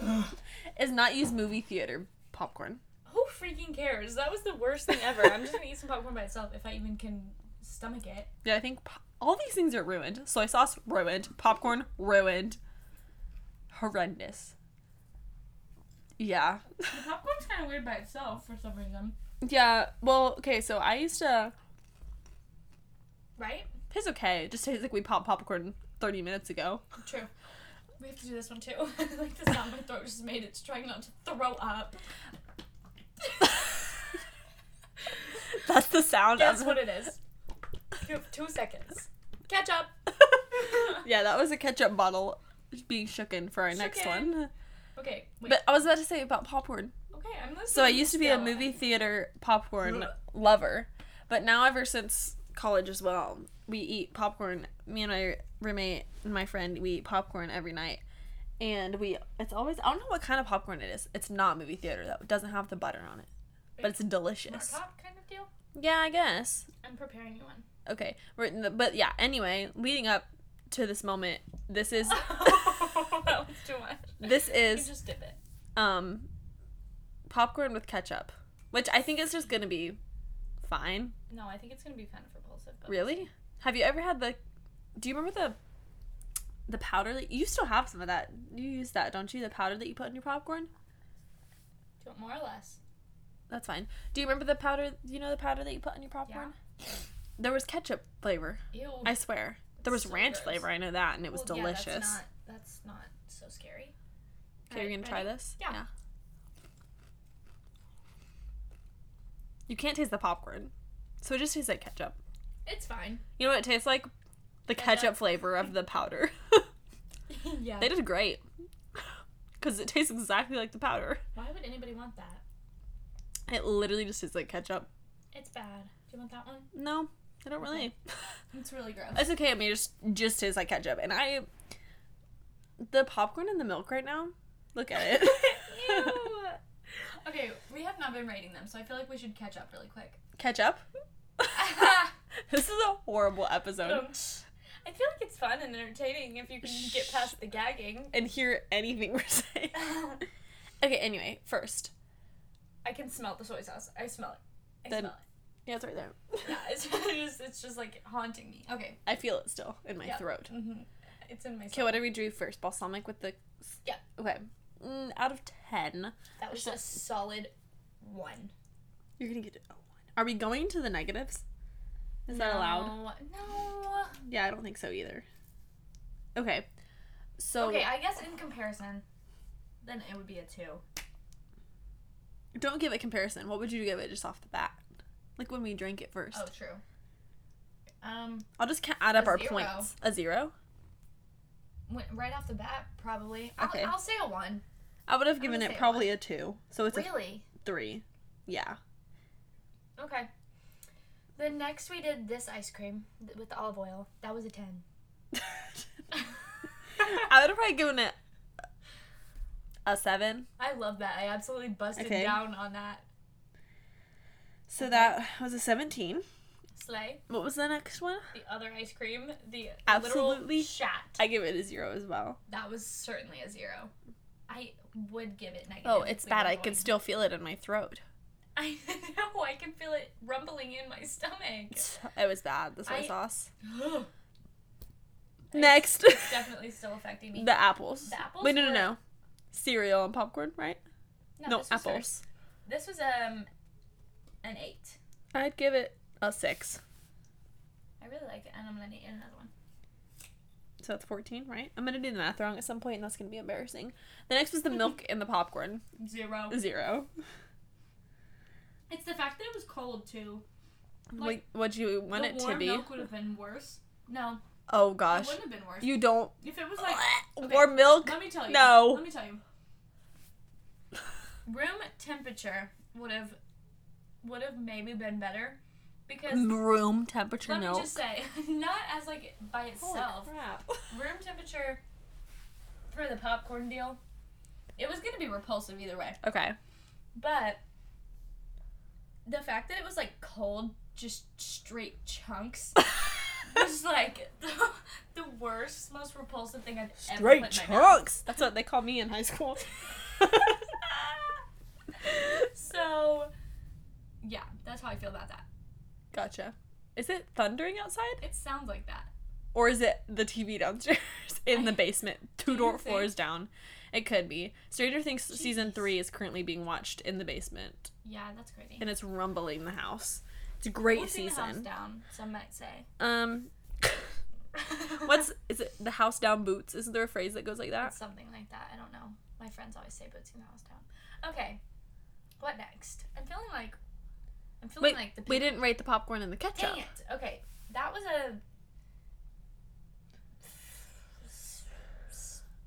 Speaker 1: is not use movie theater popcorn.
Speaker 2: Who freaking cares? That was the worst thing ever. I'm just gonna eat some popcorn by itself if I even can stomach it.
Speaker 1: Yeah, I think po- all these things are ruined. Soy sauce ruined. Popcorn ruined. Horrendous. Yeah.
Speaker 2: The popcorn's kind of weird by itself for some reason.
Speaker 1: Yeah. Well, okay. So I used to.
Speaker 2: Right?
Speaker 1: It's okay. It just tastes like we popped popcorn 30 minutes ago.
Speaker 2: True. We have to do this one too. like the sound my throat just made. It's trying not to throw up.
Speaker 1: That's the sound
Speaker 2: That's
Speaker 1: of
Speaker 2: what it is. You have two seconds. Catch up.
Speaker 1: yeah, that was a ketchup bottle being shooken for our next
Speaker 2: Shooken.
Speaker 1: one.
Speaker 2: Okay. Wait.
Speaker 1: But I was about to say about popcorn.
Speaker 2: okay, I'm listening.
Speaker 1: So I used to be a
Speaker 2: still.
Speaker 1: movie theater popcorn
Speaker 2: Ugh.
Speaker 1: lover, but now ever since college as well, we eat popcorn. Me and my roommate and my friend, we eat popcorn every night. And we, it's always, I don't know what kind of popcorn it is. It's not movie theater though. It doesn't have the butter on it, but it's
Speaker 2: Smart
Speaker 1: delicious.
Speaker 2: pop kind of deal.
Speaker 1: Yeah, I guess.
Speaker 2: I'm preparing you one.
Speaker 1: Okay, we're in the, but yeah. Anyway, leading up to this moment, this is
Speaker 2: that was too much.
Speaker 1: this
Speaker 2: You
Speaker 1: is
Speaker 2: just did it.
Speaker 1: um popcorn with ketchup, which I think is just gonna be fine.
Speaker 2: No, I think it's gonna be kind of repulsive. But
Speaker 1: Really? Have you ever had the? Do you remember the? The powder that you still have some of that. You use that, don't you? The powder that you put in your popcorn.
Speaker 2: Do it more or less.
Speaker 1: That's fine. Do you remember the powder? You know the powder that you put on your popcorn. There was ketchup flavor.
Speaker 2: Ew.
Speaker 1: I swear. There was
Speaker 2: So
Speaker 1: ranch
Speaker 2: gross.
Speaker 1: flavor. I know that, and it was
Speaker 2: Well, yeah,
Speaker 1: delicious.
Speaker 2: that's, not, that's not so scary.
Speaker 1: Okay, you're
Speaker 2: Alright,
Speaker 1: gonna try
Speaker 2: ready?
Speaker 1: this?
Speaker 2: Yeah.
Speaker 1: You can't taste the popcorn. So it just tastes like ketchup.
Speaker 2: It's fine.
Speaker 1: You know what it tastes like? The ketchup,
Speaker 2: Ketchup.
Speaker 1: flavor of the powder.
Speaker 2: yeah.
Speaker 1: they did great. Because it tastes exactly like the powder.
Speaker 2: Why would anybody want that?
Speaker 1: It literally just tastes like ketchup.
Speaker 2: It's bad. Do you want that one?
Speaker 1: No, I don't really.
Speaker 2: It's really gross.
Speaker 1: it's okay. I mean, it just just tastes like ketchup. And I, the popcorn and the milk right now. Look at it.
Speaker 2: Ew. Okay, we have not been rating them, so I feel like we should catch up really quick.
Speaker 1: ketchup.
Speaker 2: I
Speaker 1: this is a horrible episode.
Speaker 2: feel like it's fun and entertaining if you can get past the gagging.
Speaker 1: And hear anything we're saying. okay. Anyway, first.
Speaker 2: I can smell the soy sauce. I smell it. I
Speaker 1: Then-
Speaker 2: smell
Speaker 1: Yeah, it's right there.
Speaker 2: it. Yeah, it's just it's just like haunting me. Okay.
Speaker 1: I feel it still in my
Speaker 2: Yeah.
Speaker 1: throat.
Speaker 2: Mm-hmm. It's in my
Speaker 1: Okay,
Speaker 2: soul.
Speaker 1: what did we do first? Balsamic with the.
Speaker 2: Yeah.
Speaker 1: Okay. Mm, out of ten,
Speaker 2: That was a solid one.
Speaker 1: you're gonna get a one. Are we going to the negatives? Is that allowed?
Speaker 2: No.
Speaker 1: Yeah, I don't think so either. Okay. So
Speaker 2: Okay, I guess in comparison, then it would be a two.
Speaker 1: don't give it comparison. What would you give it just off the bat? Like when we drank it first.
Speaker 2: Oh, true. Um,
Speaker 1: I'll just ca- add up
Speaker 2: A
Speaker 1: our
Speaker 2: zero.
Speaker 1: points. A zero.
Speaker 2: went right off the bat, probably.
Speaker 1: Okay.
Speaker 2: I'll, I'll say a one.
Speaker 1: I would have
Speaker 2: I'm
Speaker 1: given
Speaker 2: gonna
Speaker 1: it
Speaker 2: say a
Speaker 1: probably a two. So it's
Speaker 2: Really?
Speaker 1: a three. Yeah.
Speaker 2: Okay. Then next we did this ice cream th- with the olive oil. That was a ten.
Speaker 1: I would have probably given it a seven.
Speaker 2: I love that. I absolutely busted
Speaker 1: Okay.
Speaker 2: down on that
Speaker 1: So that was a seventeen.
Speaker 2: sleigh.
Speaker 1: What was the next one?
Speaker 2: The other ice cream, the
Speaker 1: Absolutely.
Speaker 2: literal shat.
Speaker 1: I give it a zero as well.
Speaker 2: That was certainly a zero. I would give it negative.
Speaker 1: Oh, it's
Speaker 2: if we
Speaker 1: bad.
Speaker 2: were
Speaker 1: I can
Speaker 2: going-
Speaker 1: still feel it in my throat.
Speaker 2: I know. I can feel it rumbling in my stomach.
Speaker 1: It was bad. The soy
Speaker 2: I-
Speaker 1: sauce.
Speaker 2: It's
Speaker 1: Next,
Speaker 2: definitely still affecting me.
Speaker 1: the apples.
Speaker 2: The apples
Speaker 1: Wait, no, no,
Speaker 2: were-
Speaker 1: no. Cereal and popcorn, right? No,
Speaker 2: this was
Speaker 1: apples.
Speaker 2: first. This was um an eight.
Speaker 1: I'd give it a six.
Speaker 2: I really like it, and I'm gonna need another one.
Speaker 1: So that's 14, right? I'm going to do the math wrong at some point, and that's going to be embarrassing. The next was the milk and the popcorn.
Speaker 2: Zero.
Speaker 1: Zero.
Speaker 2: It's the fact that it was cold too.
Speaker 1: Like,
Speaker 2: Like,
Speaker 1: what'd you want
Speaker 2: the
Speaker 1: it
Speaker 2: warm
Speaker 1: to be?
Speaker 2: milk would have been worse. No,
Speaker 1: Oh,
Speaker 2: it
Speaker 1: gosh.
Speaker 2: wouldn't have been worse.
Speaker 1: You don't.
Speaker 2: if it was like, okay,
Speaker 1: warm milk?
Speaker 2: let me tell you.
Speaker 1: No.
Speaker 2: Let me tell you. Room temperature would have would have maybe been better because
Speaker 1: Room temperature
Speaker 2: let
Speaker 1: milk.
Speaker 2: me just say, not as like by
Speaker 1: Holy
Speaker 2: itself.
Speaker 1: crap.
Speaker 2: room temperature for the popcorn deal. It was gonna be repulsive either way,
Speaker 1: okay.
Speaker 2: but the fact that it was like cold, just straight chunks, was like the, the worst, most repulsive thing I've ever
Speaker 1: Straight
Speaker 2: put in my mouth.
Speaker 1: chunks. That's what they call me in high school.
Speaker 2: so, yeah, that's how I feel about that.
Speaker 1: gotcha. Is it thundering outside?
Speaker 2: It sounds like that.
Speaker 1: Or is it the TV downstairs in the
Speaker 2: I-
Speaker 1: basement, two
Speaker 2: you
Speaker 1: door
Speaker 2: think?
Speaker 1: floors down? It could be. Stranger Things season
Speaker 2: Jeez.
Speaker 1: three is currently being watched in the basement,
Speaker 2: Yeah, that's crazy.
Speaker 1: and it's rumbling the house. It's a great
Speaker 2: Forcing the house
Speaker 1: season.
Speaker 2: down, some might say.
Speaker 1: Um, what's is it? The house down boots? Isn't there a phrase that goes like that?
Speaker 2: It's something like that. I don't know. My friends always say boots in the house down. Okay. What next? I'm feeling like I'm feeling
Speaker 1: Wait,
Speaker 2: like the
Speaker 1: we
Speaker 2: pickle-
Speaker 1: didn't rate the popcorn and the ketchup.
Speaker 2: Dang it. Okay. That was a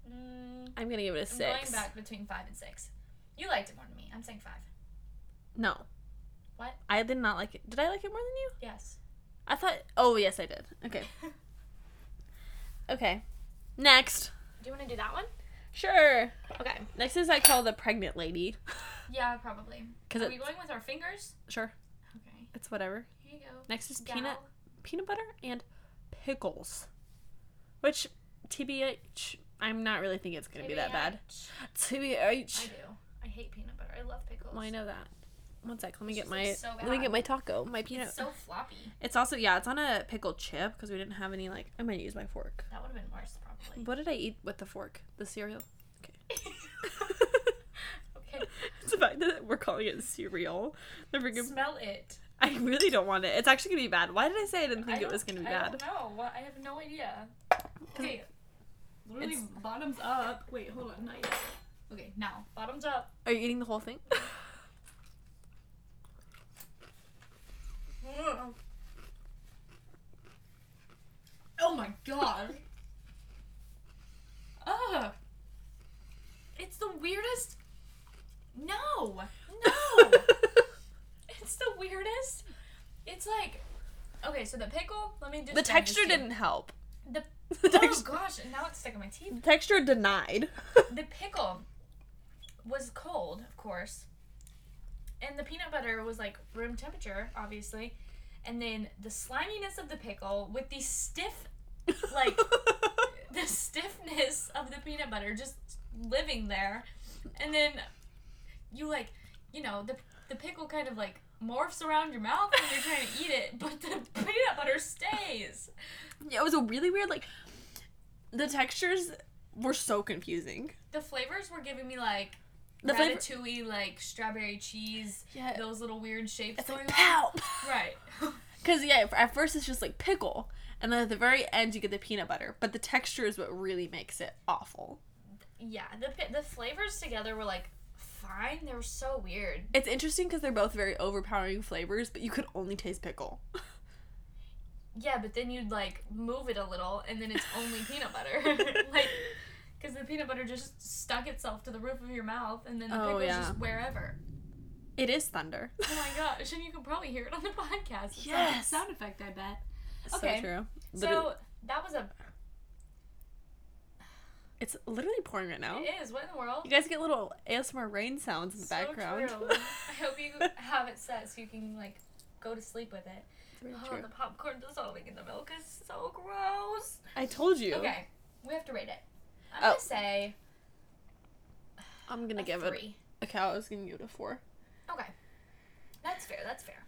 Speaker 2: Mm,
Speaker 1: I'm gonna give it a
Speaker 2: I'm
Speaker 1: 6
Speaker 2: going back between five and six. You liked it more than me. I'm saying five.
Speaker 1: No.
Speaker 2: What?
Speaker 1: I did not like it. Did I like it more than you?
Speaker 2: Yes.
Speaker 1: I thought. Oh yes, I did. Okay.
Speaker 2: do
Speaker 1: Okay. Next.
Speaker 2: you want to do that one?
Speaker 1: Sure.
Speaker 2: Okay.
Speaker 1: Next is I call the pregnant lady.
Speaker 2: Yeah, probably.
Speaker 1: Cause
Speaker 2: Are
Speaker 1: it,
Speaker 2: we going with our fingers?
Speaker 1: sure,
Speaker 2: Okay.
Speaker 1: it's whatever.
Speaker 2: Here you go.
Speaker 1: Next is
Speaker 2: gal.
Speaker 1: peanut peanut butter and pickles, which tbh, I'm not really thinking it's gonna be that bad.
Speaker 2: I
Speaker 1: Tbh,
Speaker 2: do. I hate peanut butter. I love pickles.
Speaker 1: well, I know that. One sec, let me
Speaker 2: It's
Speaker 1: get
Speaker 2: just,
Speaker 1: my
Speaker 2: like, so
Speaker 1: let me
Speaker 2: bad.
Speaker 1: get my taco, my peanut.
Speaker 2: It's so floppy.
Speaker 1: it's also yeah, it's on a pickle chip because we didn't have any like. I'm gonna use my fork.
Speaker 2: That would have been worse, probably.
Speaker 1: What did I eat with the fork? The cereal.
Speaker 2: okay.
Speaker 1: It's the fact that we're calling it cereal. The freaking
Speaker 2: Smell it.
Speaker 1: I really don't want it. It's actually gonna be bad. Why did I say I didn't think it
Speaker 2: don't-
Speaker 1: was gonna be
Speaker 2: I
Speaker 1: bad?
Speaker 2: don't know. What- I have no idea. Okay. Literally
Speaker 1: It's-
Speaker 2: bottoms up. Wait, hold on. Not yet. Okay, now bottoms up.
Speaker 1: Are you eating the whole thing?
Speaker 2: Oh my god. Ugh. It's the weirdest. No. No. Okay, so the pickle. Let me just.
Speaker 1: The
Speaker 2: explain this
Speaker 1: texture
Speaker 2: to you.
Speaker 1: didn't help.
Speaker 2: The
Speaker 1: The
Speaker 2: oh
Speaker 1: text-
Speaker 2: gosh, now it's stuck in my teeth.
Speaker 1: texture denied.
Speaker 2: The pickle was cold, of course, and the peanut butter was like room temperature, obviously, and then the sliminess of the pickle with the stiff, like the stiffness of the peanut butter just living there, and then you like, you know, the the pickle kind of like morphs around your mouth when you're trying to eat it, but the peanut butter stays.
Speaker 1: Yeah, it was a really weird like the textures were so confusing.
Speaker 2: The flavors were giving me like
Speaker 1: The flavor-
Speaker 2: ratatouille, like strawberry cheese,
Speaker 1: Yeah.
Speaker 2: those little weird shapes
Speaker 1: It's
Speaker 2: going
Speaker 1: like
Speaker 2: on.
Speaker 1: pow.
Speaker 2: Right.
Speaker 1: Cuz yeah, at first it's just like pickle and then at the very end you get the peanut butter, but the texture is what really makes it awful.
Speaker 2: yeah, the pi- the flavors together were like fine. They were so weird.
Speaker 1: It's interesting cuz they're both very overpowering flavors, but you could only taste pickle.
Speaker 2: Yeah, but then you'd like move it a little, and then it's only peanut butter. like, because the peanut butter just stuck itself to the roof of your mouth, and then the
Speaker 1: Oh,
Speaker 2: pickle's
Speaker 1: yeah.
Speaker 2: just wherever.
Speaker 1: It is thunder.
Speaker 2: Oh my gosh! And you can probably hear it on the podcast. It's not a
Speaker 1: Yes.
Speaker 2: sound effect, I bet.
Speaker 1: So
Speaker 2: Okay.
Speaker 1: true. Literally-
Speaker 2: So that was a.
Speaker 1: it's literally pouring right now.
Speaker 2: It is. What in the world?
Speaker 1: You guys get little ASMR rain sounds in the background.
Speaker 2: So true. I hope you have it set so you can like go to sleep with it.
Speaker 1: It's very
Speaker 2: Oh,
Speaker 1: true.
Speaker 2: the popcorn dissolving in the milk is so gross.
Speaker 1: I told you.
Speaker 2: Okay, we have to rate it. I'm
Speaker 1: Oh.
Speaker 2: gonna say
Speaker 1: I'm gonna
Speaker 2: a
Speaker 1: give it
Speaker 2: three.
Speaker 1: a cow. I was gonna give it a four.
Speaker 2: Okay, that's fair. That's fair.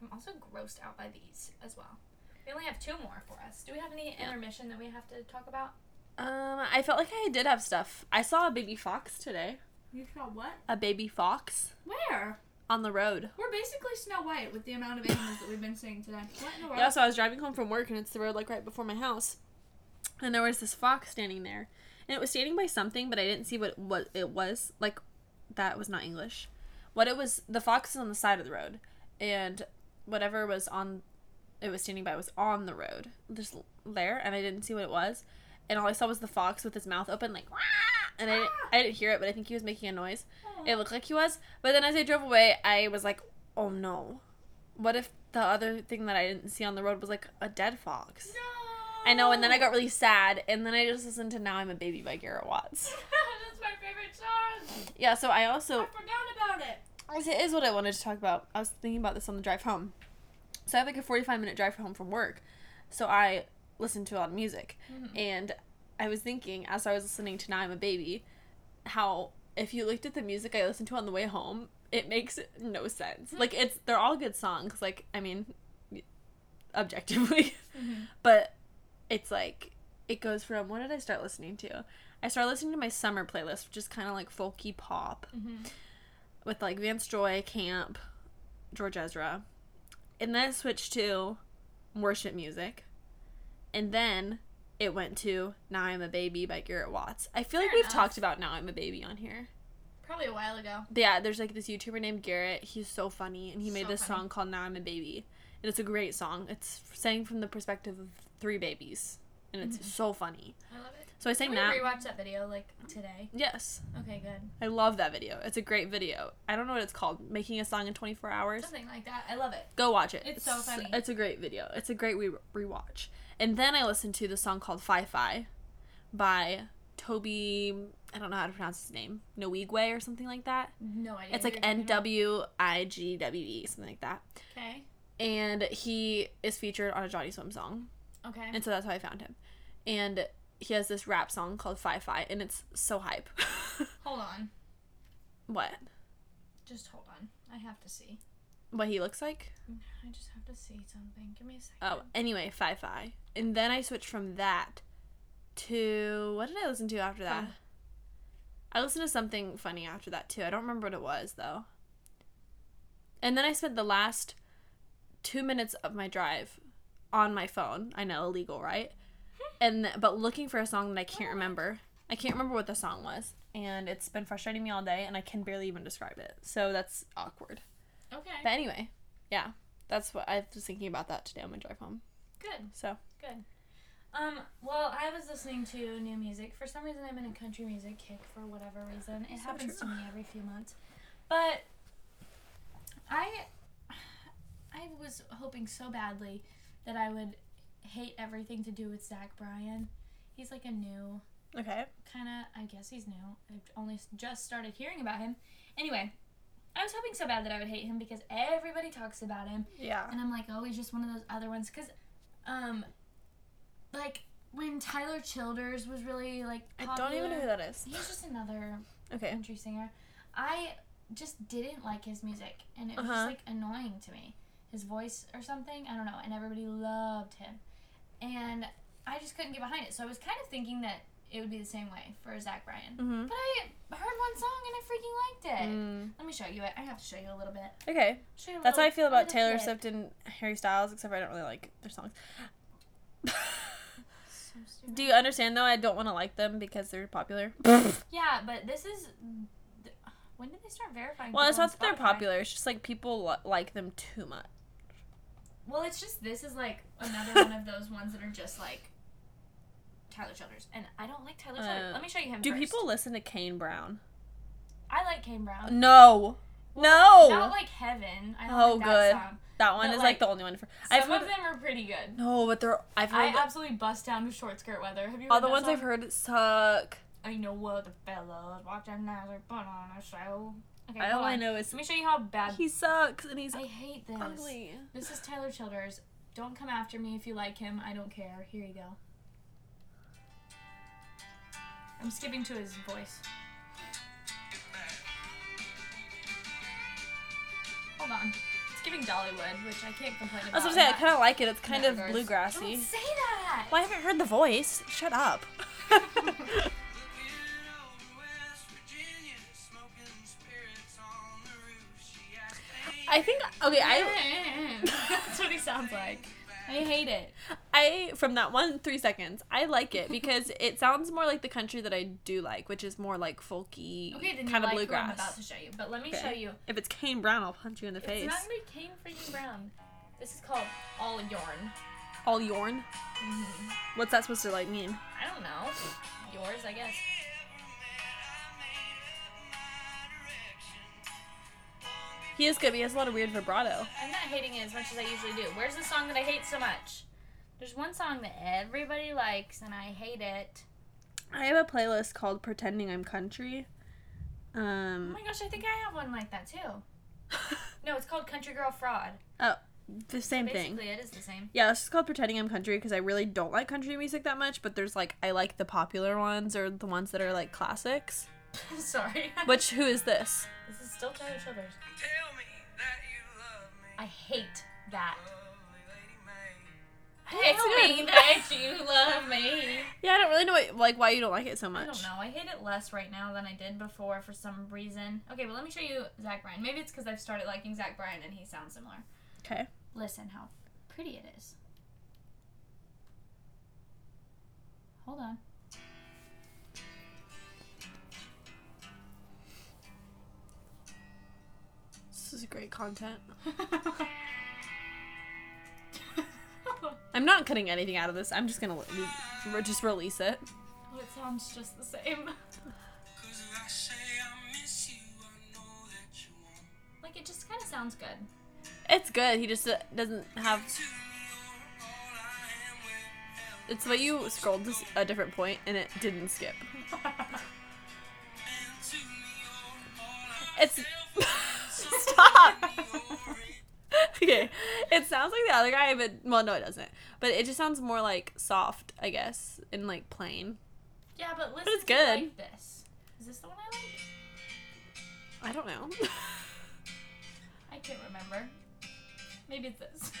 Speaker 2: I'm also grossed out by these as well. We only have two more for us. Do we have any
Speaker 1: Yeah.
Speaker 2: intermission that we have to talk about?
Speaker 1: Um, I felt like I did have stuff. I saw a baby fox today.
Speaker 3: You saw what?
Speaker 1: A baby fox
Speaker 3: Where?
Speaker 1: on the road.
Speaker 3: We're basically Snow White with the amount of animals that we've been seeing today. What in the world?
Speaker 1: Yeah, so I was driving home from work and it's the road like right before my house. And there was this fox standing there. And it was standing by something, but I didn't see what what it was. Like that was not English. What it was the fox is on the side of the road and whatever was on it was standing by was on the road. Just there and I didn't see what it was. And all I saw was the fox with his mouth open like "Wah!"
Speaker 2: Ah!
Speaker 1: and I didn't, I didn't hear it, but I think he was making a noise. It looked like he was. But then as I drove away, I was like, oh no. What if the other thing that I didn't see on the road was like a dead fox?
Speaker 2: Oh, No.
Speaker 1: I know, and then I got really sad, and then I just listened to Now I'm a Baby by Garrett Watts.
Speaker 2: that's my favorite song.
Speaker 1: Yeah, so I
Speaker 3: I
Speaker 1: also.
Speaker 3: forgot about it.
Speaker 1: It is what I wanted to talk about. I was thinking about this on the drive home. So I have like a 45 minute drive home from work. So I listen to a lot of music.
Speaker 2: Mhm.
Speaker 1: And I was thinking, as I was listening to Now I'm a Baby, how if you looked at the music I listened to on the way home, it makes no sense. Like, it's, they're all good songs. Like, I mean, objectively. But it's like, it goes from, what did I start listening to? I started listening to my summer playlist, which is kind of like folky pop
Speaker 2: Mm-hmm.
Speaker 1: with like Vance Joy, Camp, George Ezra. And then it switched to worship music. And then it went to Now I'm a Baby by Garrett Watts. I feel like
Speaker 2: Fair
Speaker 1: we've
Speaker 2: enough.
Speaker 1: talked about Now I'm a Baby on here.
Speaker 2: Probably a while ago.
Speaker 1: But yeah, there's like this YouTuber named Garrett. He's so funny. And he made
Speaker 2: So
Speaker 1: this
Speaker 2: funny.
Speaker 1: song called Now I'm a Baby. And it's a great song. It's sang from the perspective of three babies. And
Speaker 2: Mm-hmm.
Speaker 1: it's so funny.
Speaker 2: I love it.
Speaker 1: So I
Speaker 2: Can
Speaker 1: sang
Speaker 2: we
Speaker 1: that.
Speaker 2: rewatch that video like today?
Speaker 1: Yes.
Speaker 2: Okay, good.
Speaker 1: I love that video. It's a great video. I don't know what it's called. Making a song in 24 hours.
Speaker 2: Something like that. I love it.
Speaker 1: Go watch it.
Speaker 3: It's so funny.
Speaker 1: It's a great video. It's a great re- rewatch. And then I listened to the song called Fi Fi by Toby, I don't know how to pronounce his name, Noigwe or something like that.
Speaker 2: No idea.
Speaker 1: It's like N W I G W E, something like that.
Speaker 2: Okay.
Speaker 1: And he is featured on a Johnny Swim song.
Speaker 2: Okay.
Speaker 1: And so that's how I found him. And he has this rap song called Fi Fi, and it's so hype.
Speaker 2: Hold on.
Speaker 1: what?
Speaker 2: Just hold on. I have to see.
Speaker 1: What he looks like?
Speaker 2: I just have to see something. Give me a second.
Speaker 1: Oh, anyway, Fi Fi. And then I switched from that to what did I listen to after that?
Speaker 2: Fun.
Speaker 1: I listened to something funny after that too. I don't remember what it was though. And then I spent the last two minutes of my drive on my phone. I know illegal, right?
Speaker 2: Hmm.
Speaker 1: And th- but looking for a song that I
Speaker 2: Oh.
Speaker 1: can't remember. I can't remember what the song was, and it's been frustrating me all day, and I can barely even describe it. So that's awkward.
Speaker 2: Okay.
Speaker 1: Oh. But anyway, yeah, that's what I was thinking about that today on my drive home.
Speaker 2: Good.
Speaker 1: So
Speaker 2: Good. Um, well, I was listening to new music. For some reason, I'm in a country music kick for whatever reason. It
Speaker 1: So
Speaker 2: happens
Speaker 1: true.
Speaker 2: to me every few months. But I I was hoping so badly that I would hate everything to do with Zach Bryan. He's like a new
Speaker 1: Okay.
Speaker 2: kind of. I guess he's new. I've only s- just started hearing about him. Anyway, I was hoping so bad that I would hate him because everybody talks about him,
Speaker 1: Yeah.
Speaker 2: and I'm like, oh, he's just one of those other ones. Cause, um, like when Tyler Childers was really like
Speaker 1: I don't even know
Speaker 2: popular,
Speaker 1: who that is.
Speaker 2: He's just another
Speaker 1: Okay.
Speaker 2: country singer. I just didn't like his music, and it was
Speaker 1: Uh-huh.
Speaker 2: just like annoying to me. His voice or something, I don't know. And everybody loved him, and I just couldn't get behind it. So I was kind of thinking that it would be the same way for Zach Bryan.
Speaker 1: Mm-hmm.
Speaker 2: But I heard one song and I freaking liked it. Let me show you it. I have to show you a little bit.
Speaker 1: Okay.
Speaker 2: Show you a
Speaker 1: Mm. That's how
Speaker 2: little-
Speaker 1: I feel
Speaker 2: a
Speaker 1: about
Speaker 2: little
Speaker 1: Taylor
Speaker 2: clip.
Speaker 1: Swift and Harry Styles, except for I don't really like their songs.
Speaker 2: So stupid.
Speaker 1: Do you understand though? I don't want to like them because they're popular.
Speaker 2: Yeah, but this is. th- When did they start verifying?
Speaker 1: well, it's
Speaker 2: people on
Speaker 1: not that they're
Speaker 2: Spotify?
Speaker 1: popular. It's just like people li- like them too much.
Speaker 2: Well, it's just this is like
Speaker 3: Another one of those ones that are just like
Speaker 2: Tyler Childers, and I don't like Tyler Childers.
Speaker 1: Uh,
Speaker 2: Let me show you him.
Speaker 1: Do
Speaker 2: first.
Speaker 1: people listen to Kane Brown?
Speaker 2: I like Kane Brown.
Speaker 1: No, no.
Speaker 2: Not like Heaven. I don't
Speaker 1: Oh,
Speaker 2: like
Speaker 1: good.
Speaker 2: that song.
Speaker 1: that one
Speaker 2: but,
Speaker 1: is like,
Speaker 2: like,
Speaker 1: the only one for.
Speaker 2: Some
Speaker 1: I've heard
Speaker 2: of them are pretty good.
Speaker 1: no, but they're I've
Speaker 2: I
Speaker 1: heard
Speaker 2: absolutely bust down to short skirt weather. Have you? Heard
Speaker 1: all the
Speaker 2: that
Speaker 1: ones
Speaker 2: song?
Speaker 1: I've heard suck.
Speaker 2: I know what the fellows watch another put on a show. Okay,
Speaker 1: I
Speaker 2: hold
Speaker 1: all I
Speaker 2: on.
Speaker 1: know is
Speaker 2: Let me show you how bad.
Speaker 1: he sucks and he's
Speaker 2: I hate this.
Speaker 1: ugly.
Speaker 2: This is Tyler Childers. Don't come after me if you like him. I don't care. Here you go. I'm skipping to his voice. Hold on. It's giving Dollywood, which I can't complain about.
Speaker 1: That's what I'm saying. I
Speaker 2: Not-
Speaker 1: kind of like it. It's kind
Speaker 2: that
Speaker 1: of
Speaker 2: regards.
Speaker 1: bluegrassy.
Speaker 2: Don't say that.
Speaker 1: Well, I haven't heard the voice. Shut up. I think okay. I
Speaker 2: That's what he sounds like. I hate it.
Speaker 1: I from that one three seconds. I like it because it sounds more like the country that I do like, which is more like folky,
Speaker 2: Okay, then
Speaker 1: kind
Speaker 2: you
Speaker 1: of
Speaker 2: like Who I'm about
Speaker 1: bluegrass.
Speaker 2: to show you, but let me
Speaker 1: Okay.
Speaker 2: show you.
Speaker 1: If it's Kane Brown, I'll punch you in the face.
Speaker 2: It's not gonna be Kane freaking Brown. This is called All Yarn.
Speaker 1: All yorn.
Speaker 2: Mm-hmm.
Speaker 1: What's that supposed to like mean?
Speaker 2: I don't know. Yours, I guess.
Speaker 1: He is good. But he has a lot of weird vibrato.
Speaker 2: I'm not hating it as much as I usually do. Where's the song that I hate so much? There's one song that everybody likes and I hate it.
Speaker 1: I have a playlist called "Pretending I'm Country."
Speaker 2: Oh
Speaker 1: Um,
Speaker 2: my gosh, I think I have one like that too. No, it's called Country Girl Fraud.
Speaker 1: Oh, the same thing.
Speaker 2: Basically, it is the same.
Speaker 1: Yeah, it's just called Pretending I'm Country because I really don't like country music that much, but there's like, I like the popular ones or the ones that are like classics.
Speaker 2: Sorry.
Speaker 1: Which, who is this?
Speaker 2: This is still Tyler Childers. I hate that. Tell me that you love me.
Speaker 1: Yeah, I don't really know what, like why you don't like it so much.
Speaker 2: I don't know. I hate it less right now than I did before for some reason. Okay, but let me show you Zach Bryan. Maybe it's because I've started liking Zach Bryan and he sounds similar.
Speaker 1: Okay.
Speaker 2: Listen how pretty it is. Hold on.
Speaker 1: This is great content.
Speaker 2: well,
Speaker 1: I'm not cutting anything out of this. I'm just gonna li- re- just release it.
Speaker 2: it sounds just the same. Like it just kind of sounds good.
Speaker 1: It's good. He just uh, doesn't have. It's the way you scrolled to s- a different point and it didn't skip. It's. Stop! okay. It sounds like the other guy, but well, no, it doesn't. But it just sounds more like soft, I guess, and like plain.
Speaker 2: yeah, but listen
Speaker 1: it's
Speaker 2: to
Speaker 1: good.
Speaker 2: like this. Is this the one I like?
Speaker 1: I don't know.
Speaker 2: I can't remember. Maybe it's this.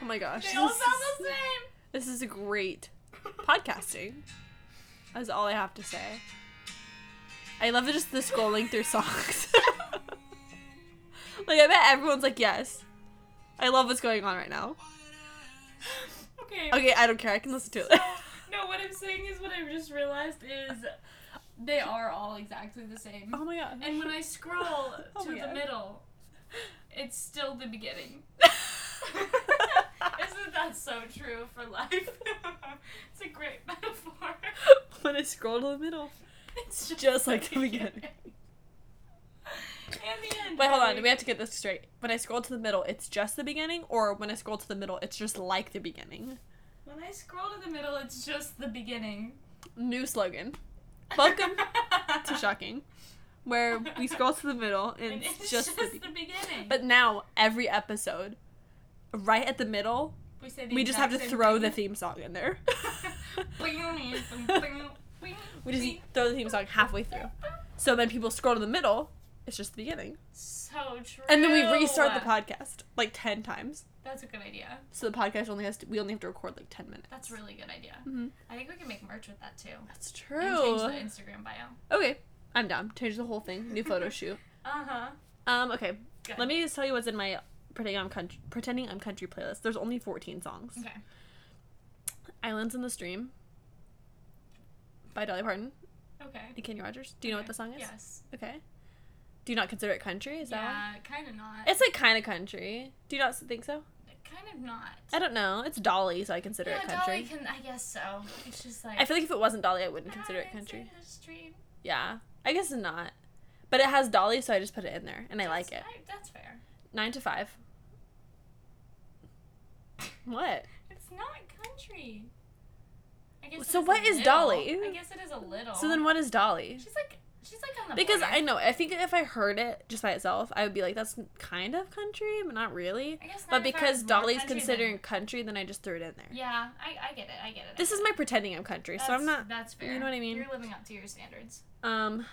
Speaker 1: oh my gosh.
Speaker 2: they all
Speaker 1: this
Speaker 2: sound
Speaker 1: is-
Speaker 2: the same.
Speaker 1: This is great podcasting. That's all I have to say. I love just the scrolling through songs. like I bet everyone's like, yes. I love what's going on right now.
Speaker 2: okay.
Speaker 1: Okay, I don't care. I can listen to it.
Speaker 2: No, what I'm saying is what I've just realized is they are all exactly the same.
Speaker 1: oh my god.
Speaker 2: And when I scroll to
Speaker 1: Oh my
Speaker 2: the
Speaker 1: God.
Speaker 2: middle, it's still the beginning. Isn't that so true for life? it's a great metaphor.
Speaker 1: when I scroll to the middle,
Speaker 2: It's just,
Speaker 1: Just like the beginning.
Speaker 2: And the end.
Speaker 1: Wait, hold on. Do we have to get this straight? When I scroll to the middle, it's just the beginning, or when I scroll to the middle, it's just like the beginning?
Speaker 2: When I scroll to the middle, it's just the beginning.
Speaker 1: New slogan. Welcome to Shocking, where we scroll to the middle and,
Speaker 2: And
Speaker 1: it's, just, the
Speaker 2: the,
Speaker 1: beginning.
Speaker 2: beginning.
Speaker 1: But now, every episode, right at the middle,
Speaker 2: we say
Speaker 1: we just have to throw the theme song in there. we just throw the theme song halfway through. So then people scroll to the middle, it's just the beginning.
Speaker 2: So true.
Speaker 1: And then we restart the podcast like 10 times.
Speaker 2: That's a good idea.
Speaker 1: So the podcast only has to, we only have to record like 10 minutes.
Speaker 2: That's a really good idea.
Speaker 1: Mhm.
Speaker 2: I think we can make merch with that too.
Speaker 1: That's
Speaker 2: And
Speaker 1: true.
Speaker 2: change the Instagram bio.
Speaker 1: Okay, I'm down. Change the whole thing. New photo shoot.
Speaker 2: Uh huh.
Speaker 1: Um, okay.
Speaker 2: Good.
Speaker 1: Let me just tell you what's in my pretending I'm country pretending I'm country playlist. There's only 14 songs.
Speaker 2: Okay.
Speaker 1: Islands in the Stream by Dolly Parton
Speaker 2: Okay.
Speaker 1: and Kenny Rogers. Do you know what
Speaker 2: Okay.
Speaker 1: the song is?
Speaker 2: Yes.
Speaker 1: Okay. Do you not consider it country? Is that one?
Speaker 2: yeah, kind of not.
Speaker 1: It's like kind of country. Do you not think so?
Speaker 2: kind of not.
Speaker 1: I don't know. It's Dolly, so I consider
Speaker 2: yeah,
Speaker 1: it country.
Speaker 2: Dolly can. I guess so. It's just like
Speaker 1: I feel like if it wasn't Dolly, I wouldn't consider it
Speaker 2: "Islands
Speaker 1: country.
Speaker 2: in the stream."
Speaker 1: Yeah. I guess not. But it has Dolly, so I just put it in there, and I like it.
Speaker 2: That's- I- that's fair.
Speaker 1: Nine to five. What?
Speaker 2: It's not country. I guess.
Speaker 1: So
Speaker 2: it
Speaker 1: what
Speaker 2: a
Speaker 1: is
Speaker 2: little.
Speaker 1: Dolly?
Speaker 2: I guess it is a little.
Speaker 1: So then what is Dolly?
Speaker 2: She's like. She's like on the.
Speaker 1: Because
Speaker 2: border.
Speaker 1: I know, I think if I heard it just by itself, I would be like, that's kind of country, but not really.
Speaker 2: I guess
Speaker 1: But
Speaker 2: 95
Speaker 1: because
Speaker 2: is more
Speaker 1: Dolly's
Speaker 2: country than-
Speaker 1: considering country, then I just threw it in there.
Speaker 2: Yeah, I, I get it. I get it. I
Speaker 1: This
Speaker 2: get
Speaker 1: is my pretending I'm country,
Speaker 2: it.
Speaker 1: so I'm not.
Speaker 2: That's- That's fair.
Speaker 1: you know what I mean?
Speaker 2: You're living up to your standards.
Speaker 1: Um,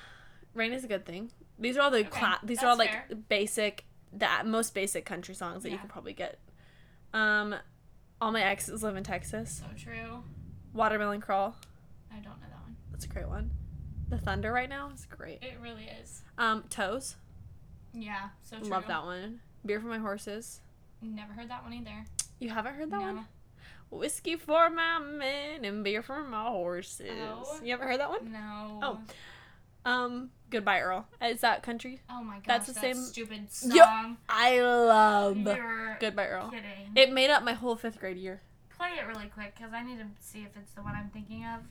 Speaker 1: rain is a good thing. These are all the
Speaker 2: Okay,
Speaker 1: cla- These are
Speaker 2: that's
Speaker 1: all like
Speaker 2: fair.
Speaker 1: basic, that most basic country songs that you
Speaker 2: Yeah.
Speaker 1: could probably get. Um, all my exes live in Texas.
Speaker 2: So true.
Speaker 1: Watermelon crawl.
Speaker 2: I don't know that one.
Speaker 1: That's a great one. The thunder right now is great.
Speaker 2: It really is.
Speaker 1: Um, toes.
Speaker 2: Yeah. So true.
Speaker 1: Love that one. Beer for my horses.
Speaker 2: Never heard that one either.
Speaker 1: You haven't heard that
Speaker 2: no.
Speaker 1: one? Whiskey for my men and beer for my horses.
Speaker 2: Oh.
Speaker 1: You haven't heard that one?
Speaker 2: No.
Speaker 1: Oh. Um, goodbye Earl. Is that country?
Speaker 2: Oh my gosh.
Speaker 1: That's
Speaker 2: That's
Speaker 1: the
Speaker 2: the
Speaker 1: same-
Speaker 2: stupid
Speaker 1: Yo-
Speaker 2: song.
Speaker 1: I love
Speaker 2: You're
Speaker 1: Goodbye Earl.
Speaker 2: kidding.
Speaker 1: It made up my whole fifth grade year.
Speaker 2: Play it really quick because I need to see if it's the one I'm thinking of.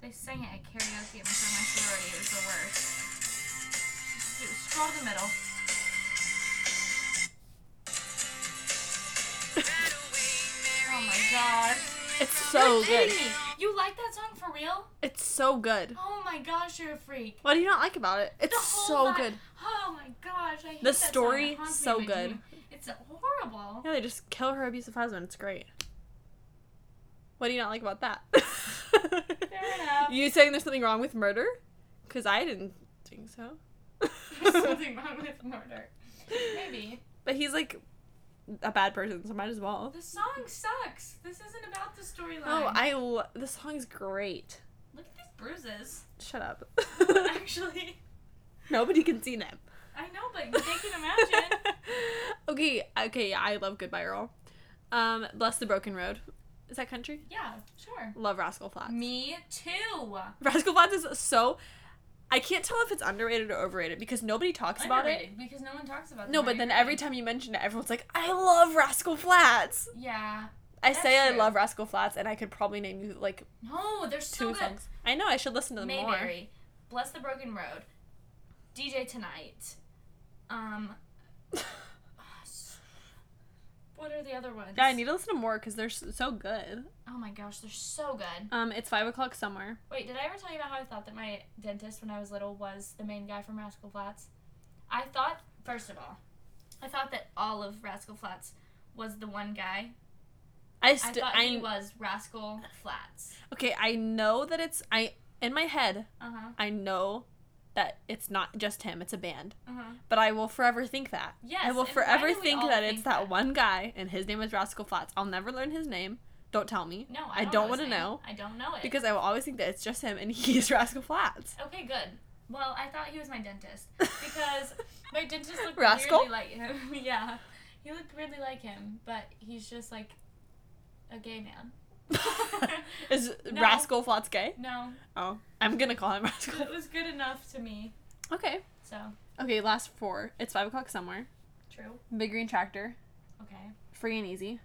Speaker 2: They sang it at karaoke at my for my sorority. It was the worst. S- Scroll to the middle. Oh my gosh.
Speaker 1: It's so
Speaker 2: You're
Speaker 1: good.
Speaker 2: kidding me. You like that song for real?
Speaker 1: It's so good.
Speaker 2: Oh my gosh, you're a freak.
Speaker 1: What do you not like about it? It's
Speaker 2: The whole
Speaker 1: so
Speaker 2: vi-
Speaker 1: good.
Speaker 2: Oh my gosh, I hate
Speaker 1: The
Speaker 2: that song. It
Speaker 1: story,
Speaker 2: haunts me
Speaker 1: so
Speaker 2: every
Speaker 1: good.
Speaker 2: time. It's horrible.
Speaker 1: Yeah, they just kill her abusive husband. It's great. What do you not like about that?
Speaker 2: Fair enough.
Speaker 1: You saying there's something wrong with murder? Because I didn't think so.
Speaker 2: There's something wrong with murder. Maybe.
Speaker 1: But he's like a bad person, so might as well.
Speaker 2: The song sucks. This isn't about the storyline.
Speaker 1: Oh, I lo- this song's great.
Speaker 2: Look at these bruises.
Speaker 1: Shut up.
Speaker 2: Actually,
Speaker 1: Nobody can see them.
Speaker 2: I know, but they can imagine.
Speaker 1: okay, okay, yeah, I love Goodbye Earl. Um, Bless the Broken Road. Is that country?
Speaker 2: yeah, sure.
Speaker 1: Love Rascal Flatts.
Speaker 2: Me too.
Speaker 1: Rascal Flatts is so. I can't tell if it's underrated or overrated because nobody talks about it.
Speaker 2: Underrated, because no one talks about.
Speaker 1: No,
Speaker 2: them.
Speaker 1: but then every time you mention it, everyone's like, "I love Rascal Flats."
Speaker 2: Yeah.
Speaker 1: I
Speaker 2: That's
Speaker 1: say I
Speaker 2: true.
Speaker 1: love Rascal Flats, and I could probably name you like
Speaker 2: No, they're
Speaker 1: two
Speaker 2: so good.
Speaker 1: songs. I know I should listen to them more.
Speaker 2: Mayberry, Bless the Broken Road, DJ Tonight. Um, s- what are the other ones?
Speaker 1: Yeah, I need to listen to more because they're s- so good.
Speaker 2: Oh my gosh, they're so good.
Speaker 1: Um, it's five o'clock somewhere.
Speaker 2: Wait, did I ever tell you about how I thought that my dentist when I was little was the main guy from Rascal Flats? I thought, first of all, I thought that all of Rascal Flats was the one guy.
Speaker 1: I
Speaker 2: I
Speaker 1: still,
Speaker 2: thought he
Speaker 1: I,
Speaker 2: was Rascal Flats.
Speaker 1: okay. I know that it's I in my head.
Speaker 2: Uh huh.
Speaker 1: I know that it's not just him. It's a band,
Speaker 2: Uh huh.
Speaker 1: but I will forever think that.
Speaker 2: Yes.
Speaker 1: I will
Speaker 2: and why do
Speaker 1: forever
Speaker 2: we
Speaker 1: think
Speaker 2: all
Speaker 1: that it's that
Speaker 2: that?
Speaker 1: one guy, and his name is Rascal Flats. I'll never learn his name. Don't tell me
Speaker 2: No,
Speaker 1: I
Speaker 2: I don't,
Speaker 1: don't
Speaker 2: his
Speaker 1: wanna
Speaker 2: name.
Speaker 1: know.
Speaker 2: I don't know it.
Speaker 1: because I will always think that it's just him, and he's Rascal Flats.
Speaker 2: Okay, good. Well, I thought he was my dentist because my dentist looked
Speaker 1: Rascal?
Speaker 2: weirdly like him. yeah, he looked weirdly like him, but he's just like a gay man.
Speaker 1: Is
Speaker 2: No.
Speaker 1: Rascal Flats gay?
Speaker 2: No,
Speaker 1: Oh, I'm gonna call him Rascal.
Speaker 2: it was good enough to me.
Speaker 1: Okay.
Speaker 2: So
Speaker 1: Okay, last four. It's five o'clock somewhere.
Speaker 2: true.
Speaker 1: Big Green Tractor.
Speaker 2: Okay.
Speaker 1: Free and easy.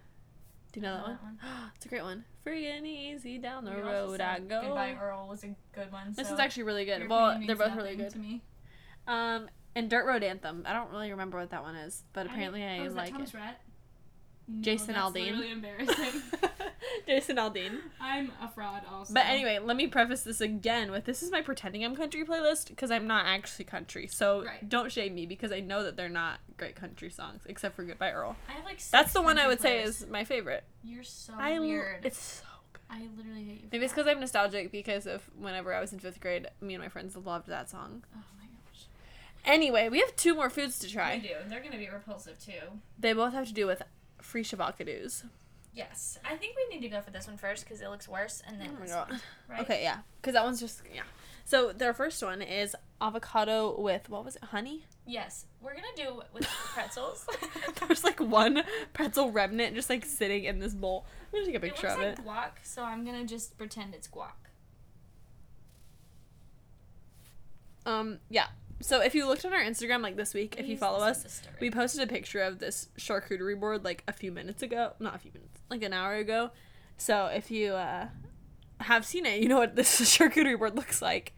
Speaker 1: Do you know that
Speaker 2: I
Speaker 1: one?
Speaker 2: know
Speaker 1: it's a great one. Free and easy down the
Speaker 2: You also
Speaker 1: road I
Speaker 2: said
Speaker 1: go.
Speaker 2: Goodbye Earl was a good one.
Speaker 1: This
Speaker 2: so
Speaker 1: is actually really
Speaker 2: your
Speaker 1: good. Well,
Speaker 2: opinion
Speaker 1: they're
Speaker 2: means
Speaker 1: both really
Speaker 2: nothing
Speaker 1: good.
Speaker 2: to me.
Speaker 1: Um, and Dirt Road Anthem. I don't really remember what that one is, but apparently I,
Speaker 3: oh, is that
Speaker 1: like
Speaker 3: Thomas
Speaker 1: it.
Speaker 3: Rhett?
Speaker 1: Jason
Speaker 3: no, that's
Speaker 1: Aldean.
Speaker 3: Really embarrassing.
Speaker 1: Jason Aldean.
Speaker 3: I'm a fraud also.
Speaker 1: But anyway, let me preface this again with this is my pretending I'm country playlist because I'm not actually country. So
Speaker 3: Right.
Speaker 1: don't shame me because I know that they're not great country songs except for Goodbye Earl.
Speaker 2: I have like. Six
Speaker 1: That's the one I
Speaker 2: country
Speaker 1: would say
Speaker 2: players.
Speaker 1: is my favorite.
Speaker 2: You're
Speaker 3: Oh,
Speaker 2: so
Speaker 1: I l-
Speaker 2: weird.
Speaker 1: It's so good.
Speaker 2: I literally hate you. for
Speaker 1: Maybe it's
Speaker 2: that.
Speaker 1: because I'm nostalgic because of whenever I was in fifth grade, me and my friends loved that song.
Speaker 2: Oh my gosh.
Speaker 1: Anyway, we have two more foods to
Speaker 2: We
Speaker 1: try.
Speaker 2: do. They're gonna be repulsive too.
Speaker 1: They both have to do with free shabakadoos.
Speaker 2: Yes, I think we need to go for this one first because it looks worse, and then
Speaker 1: Oh my
Speaker 2: this
Speaker 1: god.
Speaker 2: one, right?
Speaker 1: Okay, yeah. Because that one's just, yeah. So their first one is avocado with, what was it, honey?
Speaker 2: Yes, we're gonna do with pretzels.
Speaker 1: There's like one pretzel remnant just like sitting in this bowl. I'm gonna take a
Speaker 2: it looks
Speaker 1: picture of
Speaker 2: like
Speaker 1: it.
Speaker 2: guac, so I'm gonna just pretend it's guac.
Speaker 1: Um, yeah. So if you looked on our Instagram like this week, if you
Speaker 2: Please
Speaker 1: follow
Speaker 2: listen
Speaker 1: us,
Speaker 2: to this story.
Speaker 1: we posted a picture of this charcuterie board like a few minutes ago. Not a few minutes, like an hour ago. So if you uh, have seen it, you know what this charcuterie board looks like.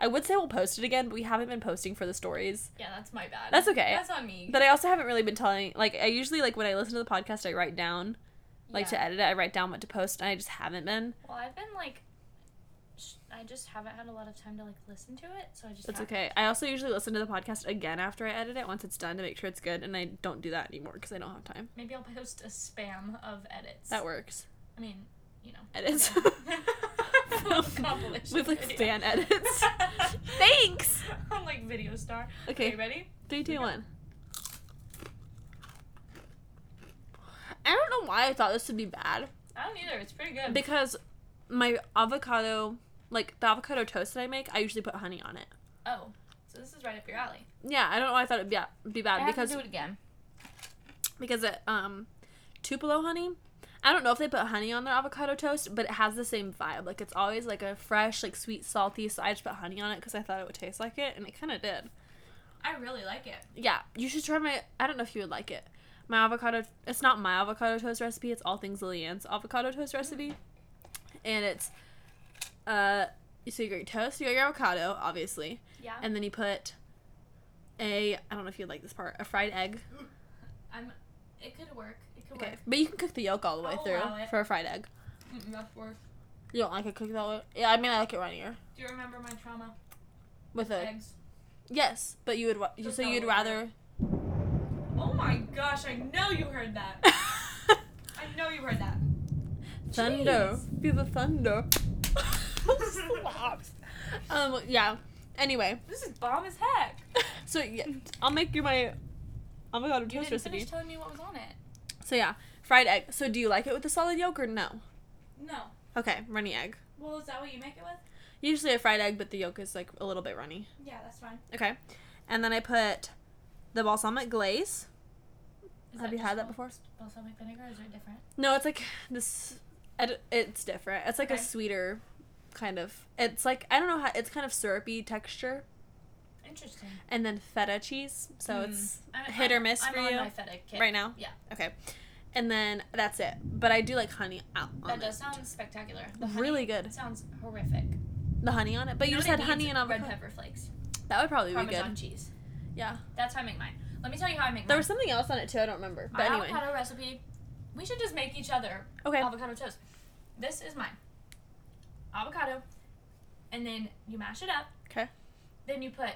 Speaker 1: I would say we'll post it again, but we haven't been posting for the stories.
Speaker 2: yeah, that's my bad.
Speaker 1: That's okay.
Speaker 2: That's on me.
Speaker 1: But I also haven't really been telling. Like I usually like when I listen to the podcast, I write down like
Speaker 2: Yeah.
Speaker 1: to edit it. I write down what to post, and I just haven't been.
Speaker 2: Well, I've been like, sh- I just haven't had a lot of time to like listen to it, so I just.
Speaker 1: That's
Speaker 2: haven't.
Speaker 1: okay. I also usually listen to the podcast again after I edit it once it's done to make sure it's good, and I don't do that anymore because I don't have time.
Speaker 2: Maybe I'll post a spam of edits.
Speaker 1: That works.
Speaker 2: I mean, you know.
Speaker 1: Edits.
Speaker 2: Accomplished
Speaker 1: With like
Speaker 2: video.
Speaker 1: fan edits. Thanks.
Speaker 2: I'm like video star.
Speaker 1: Okay.
Speaker 2: okay ready?
Speaker 1: Three, two,
Speaker 2: Okay.
Speaker 1: one. I don't know why I thought this would be bad
Speaker 2: I don't either. It's pretty good.
Speaker 1: because my avocado, like the avocado toast that I make, I usually put honey on it.
Speaker 2: oh, so this is right up your alley.
Speaker 1: Yeah, I don't know why I thought it'd be, be bad Uh, because
Speaker 2: it again.
Speaker 1: because it um Tupelo honey. I don't know if they put honey on their avocado toast, but it has the same vibe. Like it's always like a fresh, like sweet, salty. So I just put honey on it because I thought it would taste like it, and it kind of did.
Speaker 3: I really like it.
Speaker 1: Yeah, you should try my. I don't know if you would like it. My avocado. It's not my avocado toast recipe. It's all things Leanne's avocado toast recipe, and it's uh. So you got your toast, you got your avocado, obviously,
Speaker 2: Yeah.
Speaker 1: and then you put a. I don't know if you'd like this part. A fried egg.
Speaker 2: I'm. It could work. It could
Speaker 1: Okay, but you can cook the yolk all the way
Speaker 2: I'll
Speaker 1: through
Speaker 2: allow it.
Speaker 1: for a fried egg.
Speaker 2: Mm, That's worse.
Speaker 1: You don't like it cooked that way? Yeah, I mean I like it runnier
Speaker 2: Do you remember my trauma?
Speaker 1: with a
Speaker 2: Eggs.
Speaker 1: yes, but you would wa-
Speaker 2: Cooked
Speaker 1: so
Speaker 2: all
Speaker 1: you'd
Speaker 2: the way
Speaker 1: rather.
Speaker 2: Oh my gosh! I know you heard that. I know you heard that.
Speaker 1: thunder,
Speaker 2: Jeez.
Speaker 1: feel the thunder. Um, yeah. Anyway,
Speaker 2: This is bomb as heck.
Speaker 1: so yeah, I'll make you my avocado
Speaker 2: You
Speaker 1: toast
Speaker 2: didn't
Speaker 1: recipe.
Speaker 2: finish telling me what was on it.
Speaker 1: So yeah, fried egg. So do you like it with a solid yolk or no?
Speaker 2: No.
Speaker 1: Okay, runny egg.
Speaker 2: Well, is that what you make it with?
Speaker 1: Usually a fried egg, but the yolk is like a little bit runny.
Speaker 2: Yeah, that's fine.
Speaker 1: Okay, and then I put the balsamic glaze.
Speaker 2: Is
Speaker 1: Have you
Speaker 2: just
Speaker 1: had that
Speaker 2: bal-
Speaker 1: before?
Speaker 2: Balsamic vinegar or is it different?
Speaker 1: No, it's like this. it- It's different. It's like a
Speaker 2: Okay.
Speaker 1: sweeter kind of. It's like I don't know how. It's kind of syrupy texture,
Speaker 2: Interesting.
Speaker 1: and then feta cheese. So
Speaker 2: Mm.
Speaker 1: it's
Speaker 2: I'm,
Speaker 1: Hit or miss
Speaker 2: I'm
Speaker 1: for
Speaker 2: on
Speaker 1: you?
Speaker 2: My feta kit.
Speaker 1: right now.
Speaker 2: Yeah.
Speaker 1: Okay, and then that's it. But I do like honey out on
Speaker 2: That
Speaker 1: it.
Speaker 2: does sound spectacular. The honey
Speaker 1: really good.
Speaker 2: sounds horrific.
Speaker 1: The honey on it, but you
Speaker 2: know
Speaker 1: just
Speaker 2: what
Speaker 1: had
Speaker 2: it
Speaker 1: honey
Speaker 2: needs?
Speaker 1: and avocado.
Speaker 2: red pepper flakes.
Speaker 1: That would probably be
Speaker 2: Parmesan
Speaker 1: good.
Speaker 2: cheese.
Speaker 1: Yeah,
Speaker 2: That's how I make mine. Let me tell you how I make mine.
Speaker 1: there was something else on it too. I don't remember.
Speaker 2: my
Speaker 1: But anyway,
Speaker 2: avocado recipe. We should just make each other
Speaker 1: okay.
Speaker 2: avocado toast. This is mine. Avocado, and then you mash it up.
Speaker 1: 'Kay.
Speaker 2: Then you put,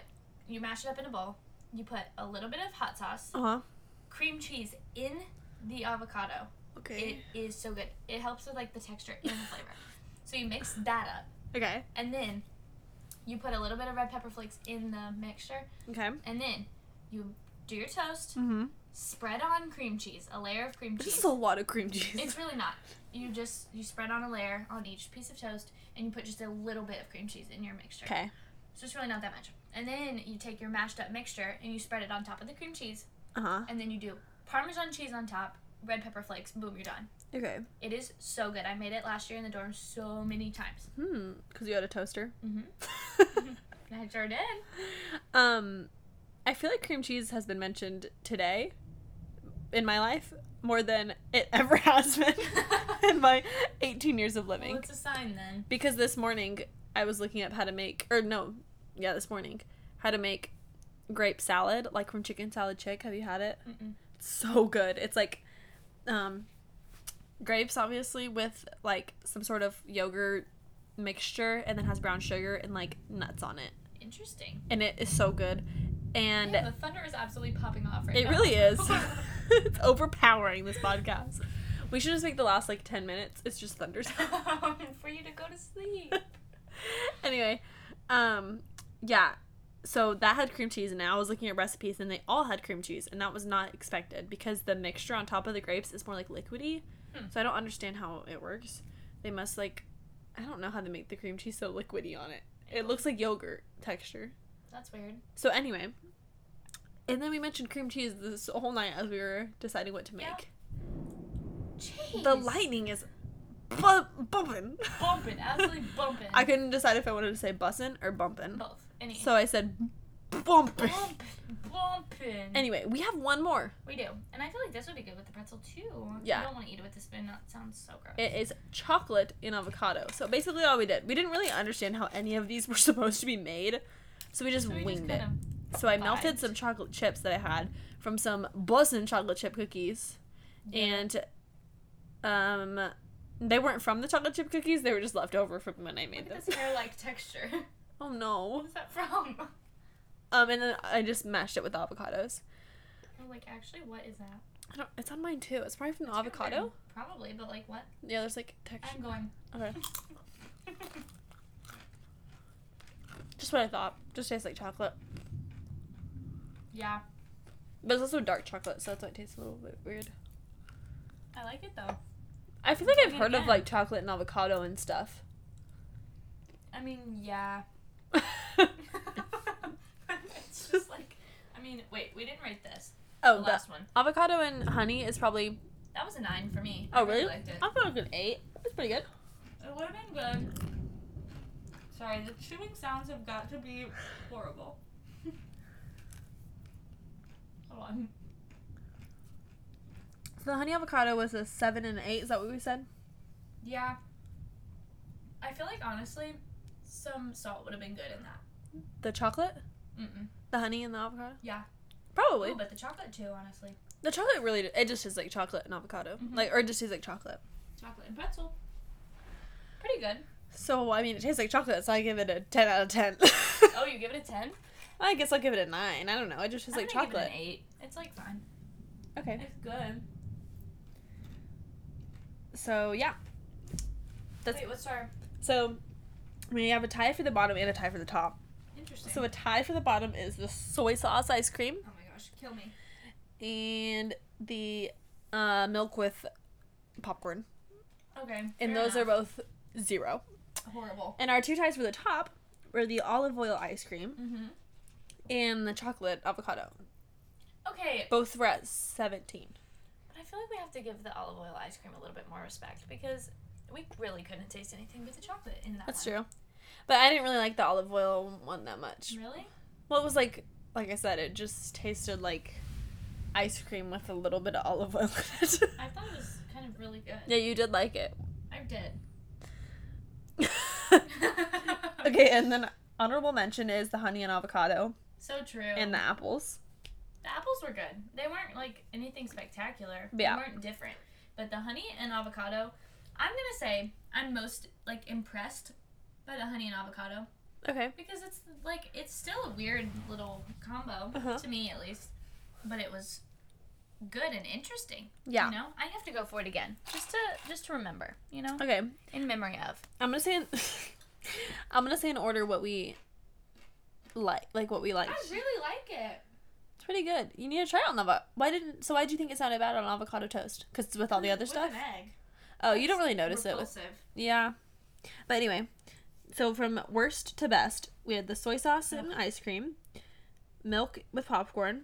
Speaker 2: you mash it up in a bowl. You put a little bit of hot sauce,
Speaker 1: Uh huh.
Speaker 2: cream cheese in the avocado. It
Speaker 1: Okay.
Speaker 2: is so good. It helps with like the texture and the flavor. So you mix that up,
Speaker 1: okay.
Speaker 2: and then you put a little bit of red pepper flakes in the mixture,
Speaker 1: Okay.
Speaker 2: and then you do your toast.
Speaker 1: Mm-hmm.
Speaker 2: Spread on cream cheese, a layer of cream
Speaker 1: This
Speaker 2: cheese.
Speaker 1: is a lot of cream cheese.
Speaker 2: It's really not. You just you spread on a layer on each piece of toast, and you put just a little bit of cream cheese in your mixture.
Speaker 1: okay.
Speaker 2: So it's really not that much. And then you take your mashed up mixture and you spread it on top of the cream cheese,
Speaker 1: Uh huh.
Speaker 2: and then you do Parmesan cheese on top, red pepper flakes. Boom, you're done.
Speaker 1: Okay.
Speaker 2: It is so good. I made it last year in the dorm so many times.
Speaker 1: Hmm. Because you had a toaster.
Speaker 2: Mm-hmm. I sure did.
Speaker 1: Um, I feel like cream cheese has been mentioned today in my life more than it ever has been in my 18 years of
Speaker 2: Well,
Speaker 1: living.
Speaker 2: it's a sign then.
Speaker 1: because this morning I was looking up how to make, or no, yeah, this morning, how to make grape salad, like from Chicken Salad Chick. Have you had it?
Speaker 2: Mm-mm.
Speaker 1: It's so good. It's like um grapes obviously with like some sort of yogurt mixture and then has brown sugar and like nuts on it.
Speaker 2: Interesting.
Speaker 1: And it is so good. And
Speaker 2: Yeah, the thunder is absolutely popping off right
Speaker 1: it
Speaker 2: now.
Speaker 1: really is. it's overpowering this podcast. We should just make the last like 10 minutes. It's just thunder sounds.
Speaker 2: For you to go to sleep.
Speaker 1: anyway, um, yeah. So that had cream cheese, and I was looking at recipes, and they all had cream cheese, and that was not expected because the mixture on top of the grapes is more like liquidy.
Speaker 2: Hmm.
Speaker 1: So I don't understand how it works. They must like, I don't know how they make the cream cheese so liquidy on it. It looks like yogurt texture.
Speaker 2: That's weird.
Speaker 1: So anyway, and then we mentioned cream cheese this whole night as we were deciding what to make.
Speaker 2: Yeah. Jeez.
Speaker 1: The lightning is bu- bumping.
Speaker 2: Bumping, absolutely bumping.
Speaker 1: I couldn't decide if I wanted to say bussin' or bumpin'.
Speaker 2: Both. Any.
Speaker 1: So I said, bump.
Speaker 2: Bump, bumping.
Speaker 1: Anyway, we have one more.
Speaker 2: we do. And I feel like this would be good with the pretzel too.
Speaker 1: Yeah.
Speaker 2: You don't want to eat it with the spoon. That sounds so gross.
Speaker 1: It is chocolate in avocado. So basically, all we did, we didn't really understand how any of these were supposed to be made. So we just
Speaker 2: So we
Speaker 1: winged
Speaker 2: just
Speaker 1: it.
Speaker 2: kinda-
Speaker 1: So I melted
Speaker 2: vibed.
Speaker 1: some chocolate chips that I had from some Boston chocolate chip cookies. And um they weren't from the chocolate chip cookies, they were just left over from when I made
Speaker 2: Look
Speaker 1: them.
Speaker 2: at this hair like texture.
Speaker 1: Oh no.
Speaker 2: What's that from?
Speaker 1: Um and then I just mashed it with avocados.
Speaker 2: I'm like, actually, what is that?
Speaker 1: I don't it's on mine too. It's probably from the
Speaker 2: It's kinda
Speaker 1: avocado.
Speaker 2: weird. Probably, but like what?
Speaker 1: Yeah, there's like texture.
Speaker 2: I'm going.
Speaker 1: Okay. Just what I thought. Just tastes like chocolate.
Speaker 2: yeah.
Speaker 1: But it's also dark chocolate, so that's why it tastes a little bit weird.
Speaker 2: I like it though.
Speaker 1: I feel like I've
Speaker 2: Yeah,
Speaker 1: heard of
Speaker 2: yeah.
Speaker 1: like chocolate and avocado and stuff.
Speaker 2: I mean, yeah. it's just like, I mean, wait, we didn't rate this. The
Speaker 1: oh, the
Speaker 2: last one.
Speaker 1: avocado and honey is probably
Speaker 2: That was a nine for me.
Speaker 1: Oh,
Speaker 2: I really?
Speaker 1: really?
Speaker 2: liked it.
Speaker 1: I thought it was an eight. It's pretty good.
Speaker 2: It would have been good. Sorry, the chewing sounds have got to be horrible. Hold on.
Speaker 1: So the honey avocado was a seven and an eight. Is that what we said?
Speaker 2: Yeah. I feel like honestly, some salt would have been good in that.
Speaker 1: The chocolate,
Speaker 2: Mm-mm.
Speaker 1: the honey, and the avocado.
Speaker 2: Yeah.
Speaker 1: Probably.
Speaker 2: Ooh, but the chocolate too, honestly.
Speaker 1: the chocolate really. It just tastes like chocolate and avocado.
Speaker 2: Mhm.
Speaker 1: Like, or it just tastes like chocolate.
Speaker 2: Chocolate and pretzel. Pretty good.
Speaker 1: So I mean, it tastes like chocolate. So I give it a ten out of ten.
Speaker 2: Oh, you give it a ten?
Speaker 1: I guess I'll give it a nine. I don't know. It just tastes
Speaker 2: I'm
Speaker 1: like
Speaker 2: gonna give it
Speaker 1: chocolate.
Speaker 2: an eight. It's like fine.
Speaker 1: Okay.
Speaker 2: It's good.
Speaker 1: So yeah. That's-
Speaker 2: Wait, what's our
Speaker 1: So we have a tie for the bottom and a tie for the top.
Speaker 2: interesting?
Speaker 1: So a tie for the bottom is the soy sauce ice cream
Speaker 2: oh my gosh, kill me.
Speaker 1: and the uh, milk with popcorn,
Speaker 2: Okay.
Speaker 1: and
Speaker 2: fair
Speaker 1: those are
Speaker 2: enough.
Speaker 1: both zero.
Speaker 2: horrible.
Speaker 1: And our two ties for the top were the olive oil ice cream
Speaker 2: Mm-hmm.
Speaker 1: and the chocolate avocado.
Speaker 2: Okay,
Speaker 1: Both were at seventeen.
Speaker 2: but I feel like we have to give the olive oil ice cream a little bit more respect because we really couldn't taste anything but the chocolate in that.
Speaker 1: That's
Speaker 2: one.
Speaker 1: true. But I didn't really like the olive oil one that much.
Speaker 2: Really?
Speaker 1: Well, it was like, like I said, it just tasted like ice cream with a little bit of olive oil in it.
Speaker 2: I thought it was kind of really good.
Speaker 1: yeah, you did like it.
Speaker 2: I did.
Speaker 1: okay, and then honorable mention is the honey and avocado
Speaker 2: So true.
Speaker 1: and the apples.
Speaker 2: The apples were good. They weren't like anything spectacular.
Speaker 1: Yeah.
Speaker 2: They weren't different. But the honey and avocado, I'm gonna say I'm most like impressed by the honey and avocado
Speaker 1: Okay.
Speaker 2: because it's like it's still a weird little combo
Speaker 1: Uh-huh.
Speaker 2: to me at least, but it was good and interesting.
Speaker 1: Yeah.
Speaker 2: You know, I have to go for it again just to just to remember. You know,
Speaker 1: Okay.
Speaker 2: in memory of.
Speaker 1: I'm gonna say, in, I'm gonna say in order what we like, like what we like.
Speaker 2: I really like it.
Speaker 1: It's pretty good. You need to try it on avocado. Why didn't? So why do you think it sounded bad on avocado toast? Because with all
Speaker 2: Mm,
Speaker 1: the other stuff.
Speaker 3: With an egg.
Speaker 1: Oh, you don't really notice it with
Speaker 3: Repulsive.
Speaker 1: Yeah. But anyway, so from worst to best, we had the soy sauce and ice cream, milk with popcorn,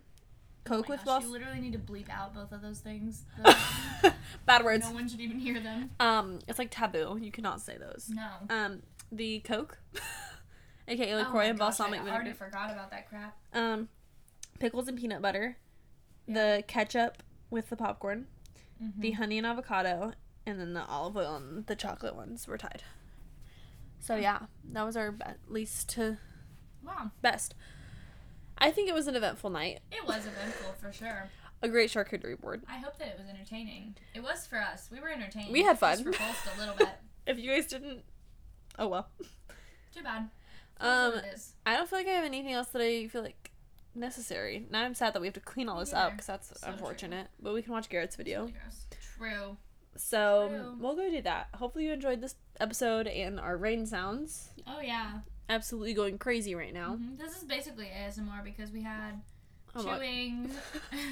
Speaker 2: Oh
Speaker 1: Coke
Speaker 2: my
Speaker 1: with
Speaker 2: gosh, you
Speaker 1: Boston.
Speaker 2: literally need to bleep out both of those things. The-
Speaker 1: Bad words.
Speaker 2: no one should even hear them.
Speaker 1: Um, it's like taboo. You cannot say those.
Speaker 2: No.
Speaker 1: Um, the Coke, aka
Speaker 2: Oh
Speaker 1: LaCroix
Speaker 2: my
Speaker 1: and
Speaker 2: gosh,
Speaker 1: balsamic
Speaker 2: I already
Speaker 1: vinegar.
Speaker 2: forgot about that crap.
Speaker 1: Um, pickles and peanut butter, the ketchup with the popcorn, the honey and avocado, and then the olive oil and the chocolate ones were tied. So yeah, that was our be- least to
Speaker 2: Wow.
Speaker 1: best. I think it was an eventful night.
Speaker 2: It was eventful for sure.
Speaker 1: A great charcuterie board.
Speaker 2: I hope that it was entertaining. It was for us. We were entertained.
Speaker 1: We had fun.
Speaker 2: Just repulsed a little bit.
Speaker 1: If you guys didn't, oh well.
Speaker 2: Too bad. That's
Speaker 1: Um,
Speaker 2: what it is.
Speaker 1: I don't feel like I have anything else that I feel like necessary. Now I'm sad that we have to clean all this up
Speaker 2: Yeah,
Speaker 1: because that's
Speaker 2: so true.
Speaker 1: unfortunate. But we can watch Garrett's video,
Speaker 2: Really gross. True.
Speaker 1: so
Speaker 2: True.
Speaker 1: we'll go do that. Hopefully you enjoyed this episode and our rain sounds.
Speaker 2: Oh yeah.
Speaker 1: Absolutely going crazy right now.
Speaker 2: Mhm. This is basically ASMR because we had
Speaker 1: Oh, look.
Speaker 2: chewing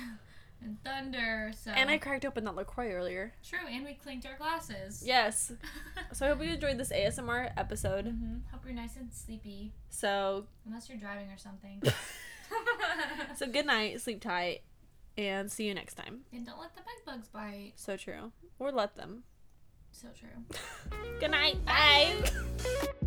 Speaker 2: and thunder. So
Speaker 1: And I cracked open that Lacroix earlier.
Speaker 2: true. And we clinked our glasses.
Speaker 1: Yes. So I hope you enjoyed this ASMR episode.
Speaker 2: hmm Hope you're nice and sleepy,
Speaker 1: So
Speaker 2: unless you're driving or something.
Speaker 1: so good night, sleep tight, and see you next time.
Speaker 2: and don't let the bed bugs bite.
Speaker 1: So true. Or let them.
Speaker 2: So true.
Speaker 1: Good night.
Speaker 2: Bye.
Speaker 1: Bye.